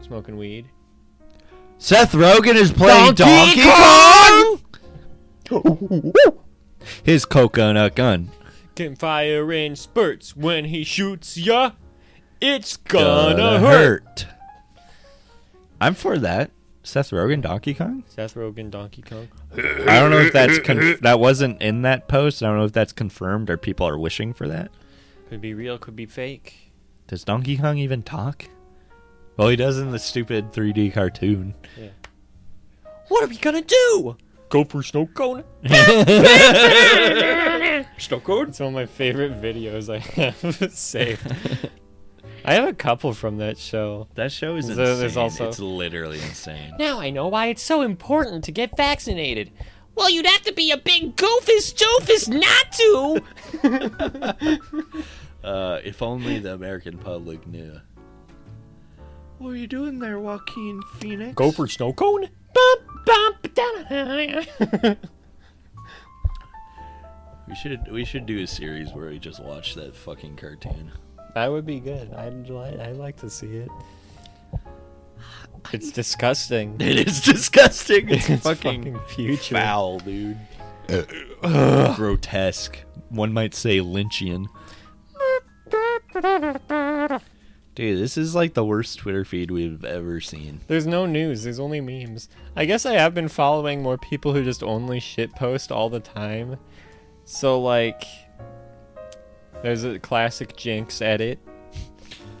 Speaker 1: Smoking weed.
Speaker 2: Seth Rogen is playing Donkey,
Speaker 1: Donkey
Speaker 2: Kong. His coconut gun.
Speaker 1: Can fire in spurts when he shoots ya. It's gonna,
Speaker 2: Gonna
Speaker 1: hurt.
Speaker 2: hurt. I'm for that. Seth Rogen, Donkey Kong.
Speaker 1: Seth Rogen, Donkey Kong.
Speaker 2: I don't know if that's con- that wasn't in that post. I don't know if that's confirmed or people are wishing for that.
Speaker 1: Could be real, could be fake.
Speaker 2: Does Donkey Kong even talk? Well, he does in the stupid 3D cartoon.
Speaker 1: What are we gonna do?
Speaker 4: Go for snow cone.
Speaker 1: Snow cone? It's one of my favorite videos I have saved. I have a couple from that show.
Speaker 2: That show is
Speaker 1: So there's also-
Speaker 2: literally insane.
Speaker 1: Now I know why it's so important to get vaccinated. Well, you'd have to be a big goofus doofus not to!
Speaker 2: Uh, if only the American public knew. What are you doing there, Joaquin Phoenix?
Speaker 4: Go for snow cone.
Speaker 1: bump, bump, da-da-da.
Speaker 2: We should we should do a series where we just watch that fucking cartoon.
Speaker 1: That would be good. I'd li- I'd like to see it. It's disgusting.
Speaker 2: It is disgusting. It's, fucking,
Speaker 1: future.
Speaker 2: foul, dude. Grotesque. One might say Lynchian. Dude, this is like the worst Twitter feed we've ever seen.
Speaker 1: There's no news. There's only memes. I guess I have been following more people who just only shit post all the time. So like, there's a classic Jinx edit.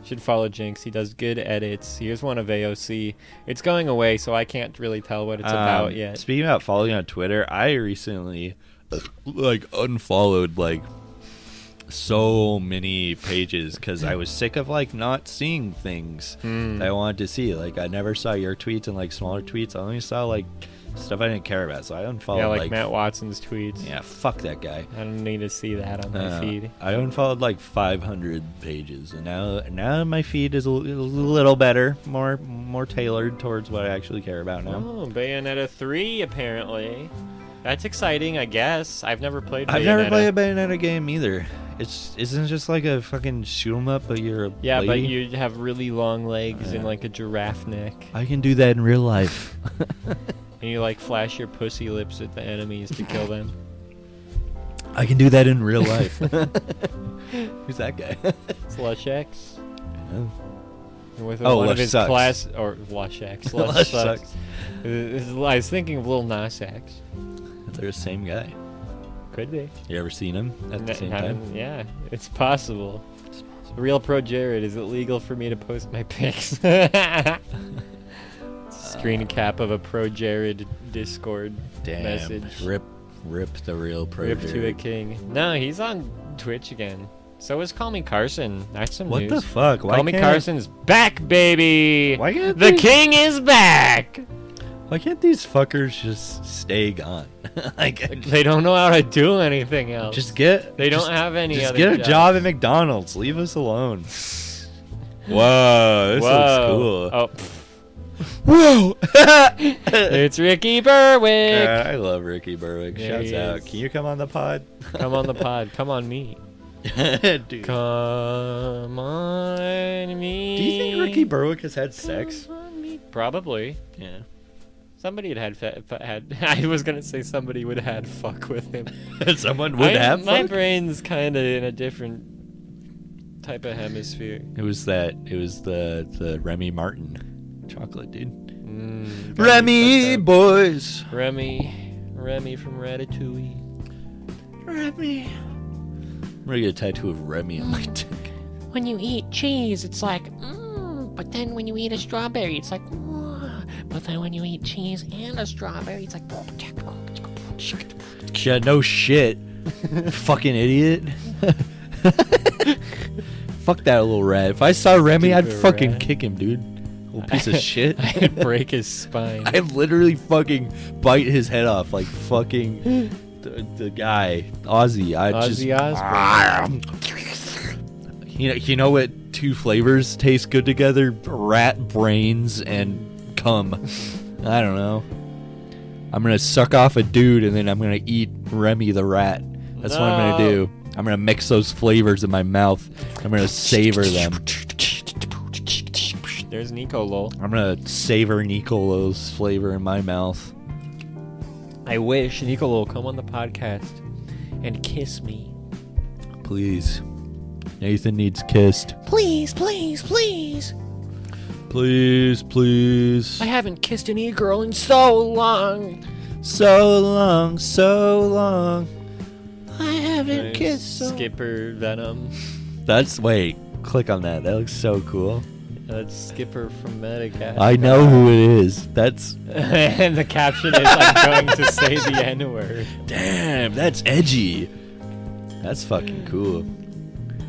Speaker 1: Should follow Jinx. He does good edits. Here's one of AOC. It's going away, so I can't really tell what it's about
Speaker 2: Um,
Speaker 1: yet.
Speaker 2: Speaking about following on Twitter, I recently like unfollowed like so many pages because I was sick of like not seeing things
Speaker 1: Hmm.
Speaker 2: that I wanted to see. Like I never saw your tweets and like smaller tweets. I only saw like stuff I didn't care about. So I unfollowed
Speaker 1: Yeah, like,
Speaker 2: like
Speaker 1: Matt Watson's tweets.
Speaker 2: yeah, fuck that guy.
Speaker 1: I don't need to see that on my
Speaker 2: Uh,
Speaker 1: feed.
Speaker 2: I unfollowed like 500 pages, and now now my feed is a li- little better, more more tailored towards what I actually care about now.
Speaker 1: Oh, Bayonetta 3 apparently. That's exciting, I guess. I've never played Bayonetta.
Speaker 2: I've never played a Bayonetta game either. It's isn't it just like a fucking shoot 'em up, but you're a
Speaker 1: Yeah, but
Speaker 2: lady?
Speaker 1: you have really long legs
Speaker 2: Yeah.
Speaker 1: and like a giraffe neck.
Speaker 2: I can do that in real life.
Speaker 1: And you like flash your pussy lips at the enemies to kill them.
Speaker 2: I can do that in real life. Who's that guy?
Speaker 1: Slush X.
Speaker 2: Oh.
Speaker 1: And With
Speaker 2: Oh,
Speaker 1: one
Speaker 2: Lush
Speaker 1: of his
Speaker 2: sucks.
Speaker 1: class or Lush X. Lush,
Speaker 2: Lush
Speaker 1: sucks.
Speaker 2: sucks.
Speaker 1: Uh, I was thinking of Lil Nas X.
Speaker 2: They're the same guy.
Speaker 1: Could be.
Speaker 2: You ever seen him at the
Speaker 1: N-
Speaker 2: same
Speaker 1: haven't-
Speaker 2: time?
Speaker 1: Yeah, it's possible. Real pro Jared, is it legal for me to post my pics? Screen cap of a pro Jared Discord
Speaker 2: Damn.
Speaker 1: message.
Speaker 2: Rip, rip the real pro.
Speaker 1: Rip to the
Speaker 2: Jared.
Speaker 1: king. No, he's on Twitch again. So is Call Me Carson. That's some
Speaker 2: What
Speaker 1: news.
Speaker 2: the fuck? Why
Speaker 1: Call Me
Speaker 2: can't-
Speaker 1: Carson's back, baby.
Speaker 2: Why can't
Speaker 1: the
Speaker 2: they-
Speaker 1: king is back?
Speaker 2: Why can't these fuckers just stay gone? like,
Speaker 1: They don't know how to do anything else.
Speaker 2: just get.
Speaker 1: They don't
Speaker 2: just-
Speaker 1: have any
Speaker 2: Just
Speaker 1: other
Speaker 2: get a
Speaker 1: jobs.
Speaker 2: job at McDonald's. Leave us alone. Whoa, this
Speaker 1: Whoa.
Speaker 2: looks cool.
Speaker 1: Oh, pff.
Speaker 2: Whoa!
Speaker 1: it's Ricky Berwick.
Speaker 2: Uh, I love Ricky Berwick.
Speaker 1: Yeah,
Speaker 2: Shouts
Speaker 1: he
Speaker 2: out.
Speaker 1: is.
Speaker 2: Can you come on the pod?
Speaker 1: Come on the pod. Come on me.
Speaker 2: Dude.
Speaker 1: Come on me.
Speaker 2: Do you think Ricky Berwick has had sex?
Speaker 1: Probably.
Speaker 2: Yeah.
Speaker 1: Somebody had had, fa- fa- had. I was gonna say somebody would had fuck with him.
Speaker 2: Someone would
Speaker 1: I-
Speaker 2: have.
Speaker 1: My
Speaker 2: fucked?
Speaker 1: brain's kind of in a different type of hemisphere.
Speaker 2: It was that. It was the the Remy Martin chocolate dude.
Speaker 1: Mm, gotta be
Speaker 2: Remy
Speaker 1: fucked
Speaker 2: boys.
Speaker 1: up. Remy, Remy from Ratatouille.
Speaker 2: Remy. I'm gonna get a tattoo of Remy on my dick.
Speaker 6: When you eat cheese, it's like, mmm. But then when you eat a strawberry, it's like, "Mwah." But then when you eat cheese and a strawberry, it's like,
Speaker 2: Yeah, no shit. Fucking idiot. Fuck that little rat. If I saw Remy, I'd
Speaker 1: Stupid
Speaker 2: fucking
Speaker 1: rat.
Speaker 2: kick him, dude. Little piece of shit.
Speaker 1: I'd break his spine.
Speaker 2: I'd literally fucking bite his head off, like fucking the, the guy Ozzy. I just Ah.
Speaker 1: Ozzy Osbourne.
Speaker 2: you know you know what two flavors taste good together? Rat brains and cum. I don't know. I'm gonna suck off a dude and then I'm gonna eat Remy the rat. That's what I'm gonna
Speaker 1: No.
Speaker 2: do. I'm gonna mix those flavors in my mouth. I'm gonna savor them.
Speaker 1: There's Nico lol.
Speaker 2: I'm gonna savor Nicolo's flavor in my mouth.
Speaker 1: I wish Nico will come on the podcast and kiss me.
Speaker 2: Please. Nathan needs kissed.
Speaker 6: Please, please, please.
Speaker 2: Please, please.
Speaker 6: I haven't kissed an e-girl in so long.
Speaker 2: So long, so long.
Speaker 6: I haven't kissed so
Speaker 1: Skipper Venom.
Speaker 2: That's wait. Click on that. That looks so cool.
Speaker 1: That's Skipper from Madagascar.
Speaker 2: I know who it is. That's
Speaker 1: and the caption is I'm going to say the N word.
Speaker 2: damn. That's edgy. That's fucking cool.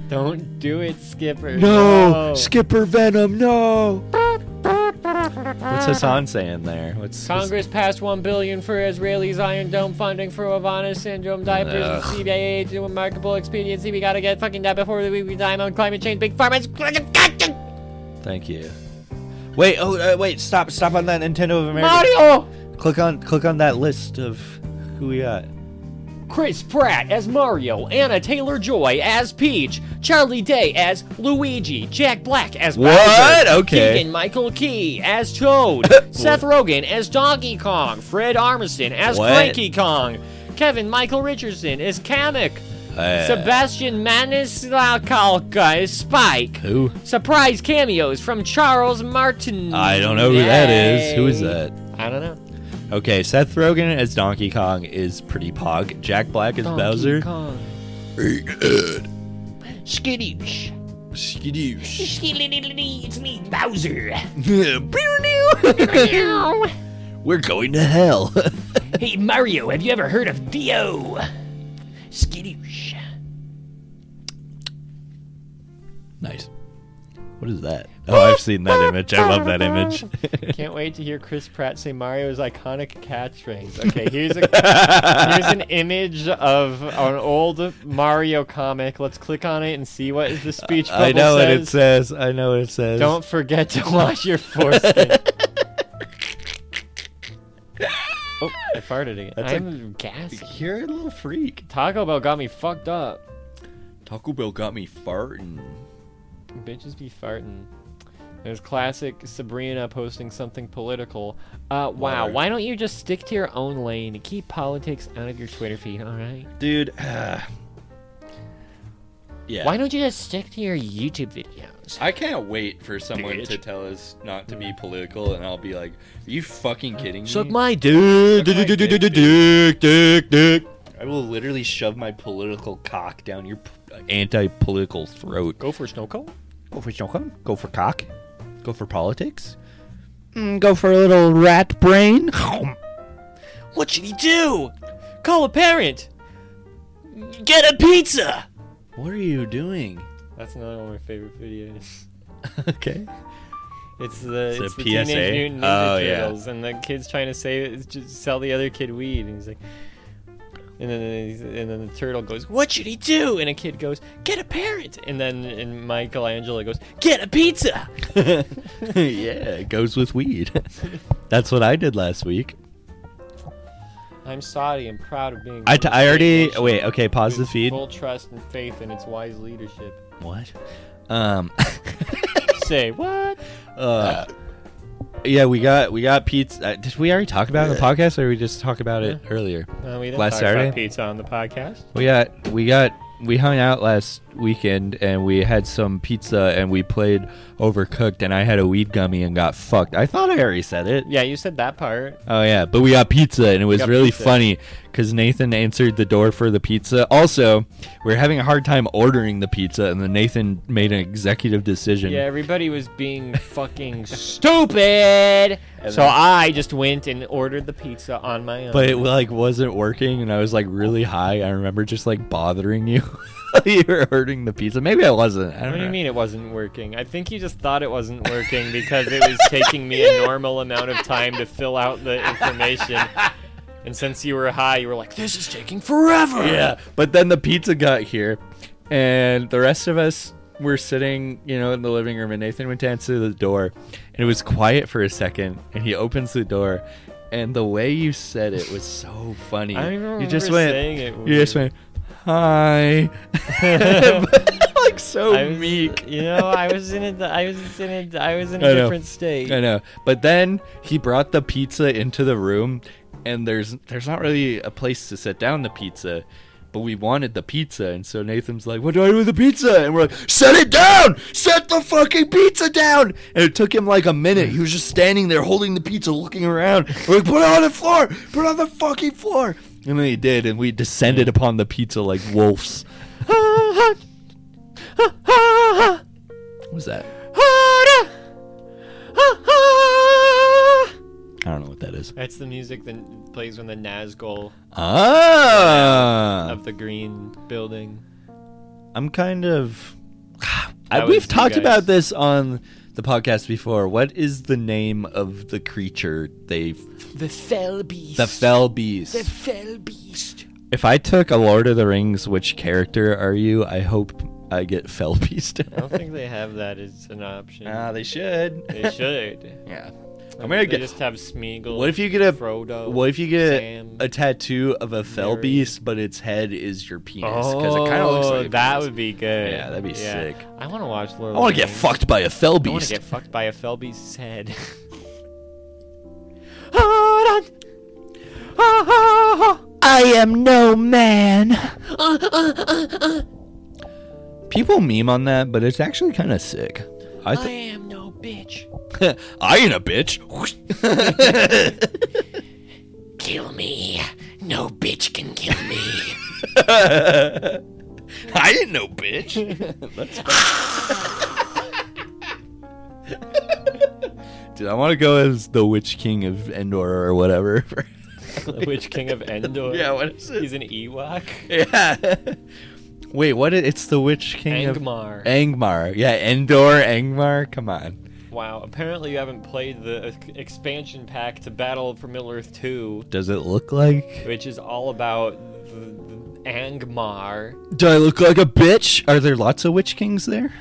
Speaker 1: Don't do it, Skipper.
Speaker 2: No, Skipper Venom. No. What's Hassan saying there? What's
Speaker 1: Congress passed one billion for Israelis, Iron Dome funding for Havana syndrome, diapers,
Speaker 2: Ugh.
Speaker 1: and CBA AIDS, and remarkable expediency. We gotta get fucking that before we we die on climate change, big pharma. it's-
Speaker 2: Thank you. Wait. Oh, uh, wait. Stop. Stop on that Nintendo of America.
Speaker 1: Mario,
Speaker 2: Click on. Click on that list of who we got.
Speaker 3: Chris Pratt as Mario, Anna Taylor Joy as Peach, Charlie Day as Luigi, Jack Black as
Speaker 2: What?
Speaker 3: Bowser,
Speaker 2: Okay.
Speaker 3: Keegan Michael Key as Toad, Seth Rogen as Donkey Kong, Fred Armisen as
Speaker 2: What?
Speaker 3: Cranky Kong, Kevin Michael Richardson as Kamek,
Speaker 2: Uh,
Speaker 3: Sebastian Maniscalco as Spike.
Speaker 2: who?
Speaker 3: Surprise cameos from Charles Martin.
Speaker 2: I don't know who that is. Who is that?
Speaker 3: I don't know.
Speaker 2: Okay, Seth Rogen as Donkey Kong is pretty pog. Jack Black as Bowser. uh,
Speaker 6: Skitty.
Speaker 2: Skidoosh.
Speaker 6: It's me, Bowser.
Speaker 2: We're going to hell.
Speaker 6: hey, Mario, have you ever heard of Dio? Skitty.
Speaker 2: nice. What is that? Oh, I've seen that image. I love that image.
Speaker 1: Can't wait to hear Chris Pratt say Mario's iconic catchphrase. Okay, here's a here's an image of an old Mario comic. Let's click on it and see what is the speech bubble
Speaker 2: I know what it
Speaker 1: says.
Speaker 2: says. I know what it says.
Speaker 1: Don't forget to wash your foreskin. oh, I farted again.
Speaker 2: That's a-
Speaker 1: I'm gassy.
Speaker 2: You're a little freak.
Speaker 1: Taco Bell got me fucked up.
Speaker 2: Taco Bell got me farting.
Speaker 1: Bitches be farting. There's classic Sabrina posting something political. Uh, wow.
Speaker 2: Word.
Speaker 1: Why don't you just stick to your own lane? and Keep politics out of your Twitter feed, alright?
Speaker 2: Dude. yeah.
Speaker 1: Why don't you just stick to your YouTube videos?
Speaker 2: I can't wait for someone to tell us not to be political, and I'll be like, "Are you fucking kidding me?" Suck my dick, dick, dick, dick, dick, dick, dick, dick. I will literally shove my political cock down your p- uh, anti-political throat. Go for snow cone. Go for snow cone. Go for cock. Go for politics. Mm, go for a little rat brain.
Speaker 3: What should he do? Call a parent. Get a pizza.
Speaker 2: What are you doing?
Speaker 1: That's another one of my favorite videos.
Speaker 2: okay.
Speaker 1: It's the,
Speaker 2: Is it
Speaker 1: it's the
Speaker 2: PSA?
Speaker 1: Teenage Mutant Ninja
Speaker 2: Oh, yeah.
Speaker 1: Turtles, and the kid's trying to say, just sell the other kid weed, and he's like, and then he's, and then the turtle goes, "What should he do?" And a kid goes, "Get a parent." And then and Michelangelo goes, "Get a pizza."
Speaker 2: yeah, it goes with weed. That's what I did last week.
Speaker 1: I'm Saudi and proud of being.
Speaker 2: I, t- I already wait. Okay, pause the
Speaker 1: with
Speaker 2: feed.
Speaker 1: Full trust and faith in its wise leadership.
Speaker 2: What? Um.
Speaker 1: Say what?
Speaker 2: uh, yeah, we got we got pizza. Uh, did we already talk about it in the podcast, or we just talk about it earlier?
Speaker 1: Uh, we didn't
Speaker 2: Last
Speaker 1: talk
Speaker 2: Saturday?
Speaker 1: about pizza on the podcast.
Speaker 2: We got we got we hung out last weekend and we had some pizza and we played Overcooked and I had a weed gummy and got fucked. I thought I already said it.
Speaker 1: Yeah, you said that part.
Speaker 2: Oh yeah, but we got pizza and it was
Speaker 1: got
Speaker 2: really
Speaker 1: pizza.
Speaker 2: funny because Nathan answered the door for the pizza. Also, we are having a hard time ordering the pizza and then Nathan made an executive decision.
Speaker 1: Yeah, everybody was being fucking stupid. So I just went and ordered the pizza on my own.
Speaker 2: but it like wasn't working and i was like really high i remember just like bothering you you were ordering the pizza. Maybe I wasn't. I don't
Speaker 1: What do
Speaker 2: know.
Speaker 1: you mean it wasn't working? I think you just thought it wasn't working because it was taking me a normal amount of time to fill out the information. And since you were high, you were like, this is taking forever.
Speaker 2: Yeah, but then the pizza got here, and the rest of us were sitting, you know, in the living room, and Nathan went to answer the door, and it was quiet for a second, and he opens the door, and the way you said it was so funny.
Speaker 1: I don't even
Speaker 2: you just
Speaker 1: remember
Speaker 2: went,
Speaker 1: saying it
Speaker 2: you just
Speaker 1: weird.
Speaker 2: went, hi, But, like so
Speaker 1: I was,
Speaker 2: "Oh, meek.
Speaker 1: You know, I was in a, I was in a, I was in
Speaker 2: I
Speaker 1: a
Speaker 2: know.
Speaker 1: different state.
Speaker 2: I know. But then he brought the pizza into the room and there's there's not really a place to set down the pizza. But we wanted the pizza, and so Nathan's like, "What do I do with the pizza?" And we're like, "Set it down! Set the fucking pizza down!" And it took him like a minute. He was just standing there holding the pizza, looking around. We're like, "Put it on the floor! Put it on the fucking floor!" And then he did, and we descended upon the pizza like wolves. What was that? I don't know what that is.
Speaker 1: That's the music that plays when the Nazgul
Speaker 2: Ah,
Speaker 1: of the green building.
Speaker 2: I'm kind of. I,
Speaker 1: That
Speaker 2: we've
Speaker 1: was you
Speaker 2: talked
Speaker 1: guys.
Speaker 2: about this on the podcast before. What is the name of the creature they?
Speaker 3: The fell beast.
Speaker 2: The fell beast.
Speaker 3: fell beast.
Speaker 2: if I took a Lord of the Rings, which character are you? I hope I get fell beast.
Speaker 1: I don't think they have that as an option.
Speaker 2: Ah, they should.
Speaker 1: they should.
Speaker 2: yeah. I'm
Speaker 1: I'm
Speaker 2: gonna
Speaker 1: they
Speaker 2: get.
Speaker 1: just have Smeagol.
Speaker 2: What if you get a?
Speaker 1: Frodo?
Speaker 2: What if you get
Speaker 1: Sam,
Speaker 2: a tattoo of a fell
Speaker 1: Mary.
Speaker 2: beast, but its head is your penis? Because
Speaker 1: Oh,
Speaker 2: it kind of looks like a
Speaker 1: that
Speaker 2: penis.
Speaker 1: would be good.
Speaker 2: Yeah, that'd be sick.
Speaker 1: I want to watch Lord.
Speaker 2: I want to get fucked by a fell
Speaker 1: I want
Speaker 2: beast.
Speaker 1: to get fucked by a fell beast's head.
Speaker 2: I am no man. People meme on that, but it's actually kind of sick. I,
Speaker 3: I
Speaker 2: th-
Speaker 3: am no bitch.
Speaker 2: I ain't a bitch.
Speaker 3: Kill me. No bitch can kill me.
Speaker 2: I ain't no bitch. That's fine. Dude, I want to go as the Witch King of Endor or whatever.
Speaker 1: the Witch King of Endor.
Speaker 2: Yeah, what is it?
Speaker 1: He's an Ewok.
Speaker 2: yeah. Wait, what? i- It's the Witch King of
Speaker 1: Angmar.
Speaker 2: Angmar. Yeah, Endor, Angmar. Come on.
Speaker 1: wow. Apparently you haven't played the uh, expansion pack to Battle for Middle Earth 2,
Speaker 2: Does it look like?
Speaker 1: which is all about the, the Angmar.
Speaker 2: Do I look like a bitch? Are there lots of Witch Kings there?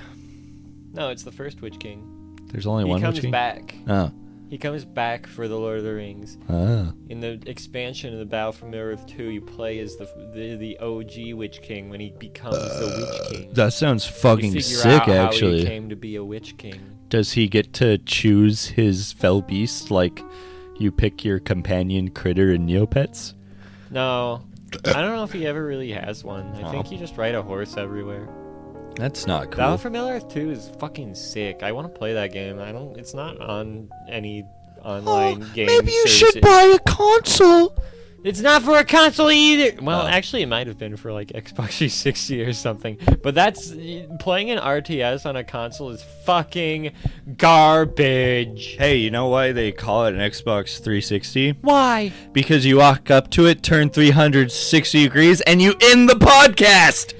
Speaker 1: No, it's the first Witch King.
Speaker 2: There's only
Speaker 1: He
Speaker 2: one
Speaker 1: comes
Speaker 2: Witch King.
Speaker 1: back.
Speaker 2: Oh.
Speaker 1: He comes back for the Lord of the Rings.
Speaker 2: Oh.
Speaker 1: In the expansion of the Battle for Middle Earth 2, you play as the the, the OG Witch King when he becomes the Witch King.
Speaker 2: Uh, That sounds
Speaker 1: You
Speaker 2: fucking
Speaker 1: figure
Speaker 2: sick,
Speaker 1: out how
Speaker 2: actually.
Speaker 1: he came to be a Witch King.
Speaker 2: Does he get to choose his fell beast? Like, you pick your companion critter in Neopets?
Speaker 1: No, I don't know if he ever really has one. I think you just ride a horse everywhere.
Speaker 2: That's not cool.
Speaker 1: Battle for Middle Earth 2 is fucking sick. I want to play that game. I don't. It's not on any
Speaker 2: Oh,
Speaker 1: online game. services.
Speaker 2: buy a console.
Speaker 1: It's not for a console either. Well, actually, it might have been for like Xbox 360 or something. But that's playing an RTS on a console is fucking garbage.
Speaker 2: Hey, you know why they call it an Xbox 360?
Speaker 1: Why?
Speaker 2: Because you walk up to it, turn 360 degrees, and you end the podcast.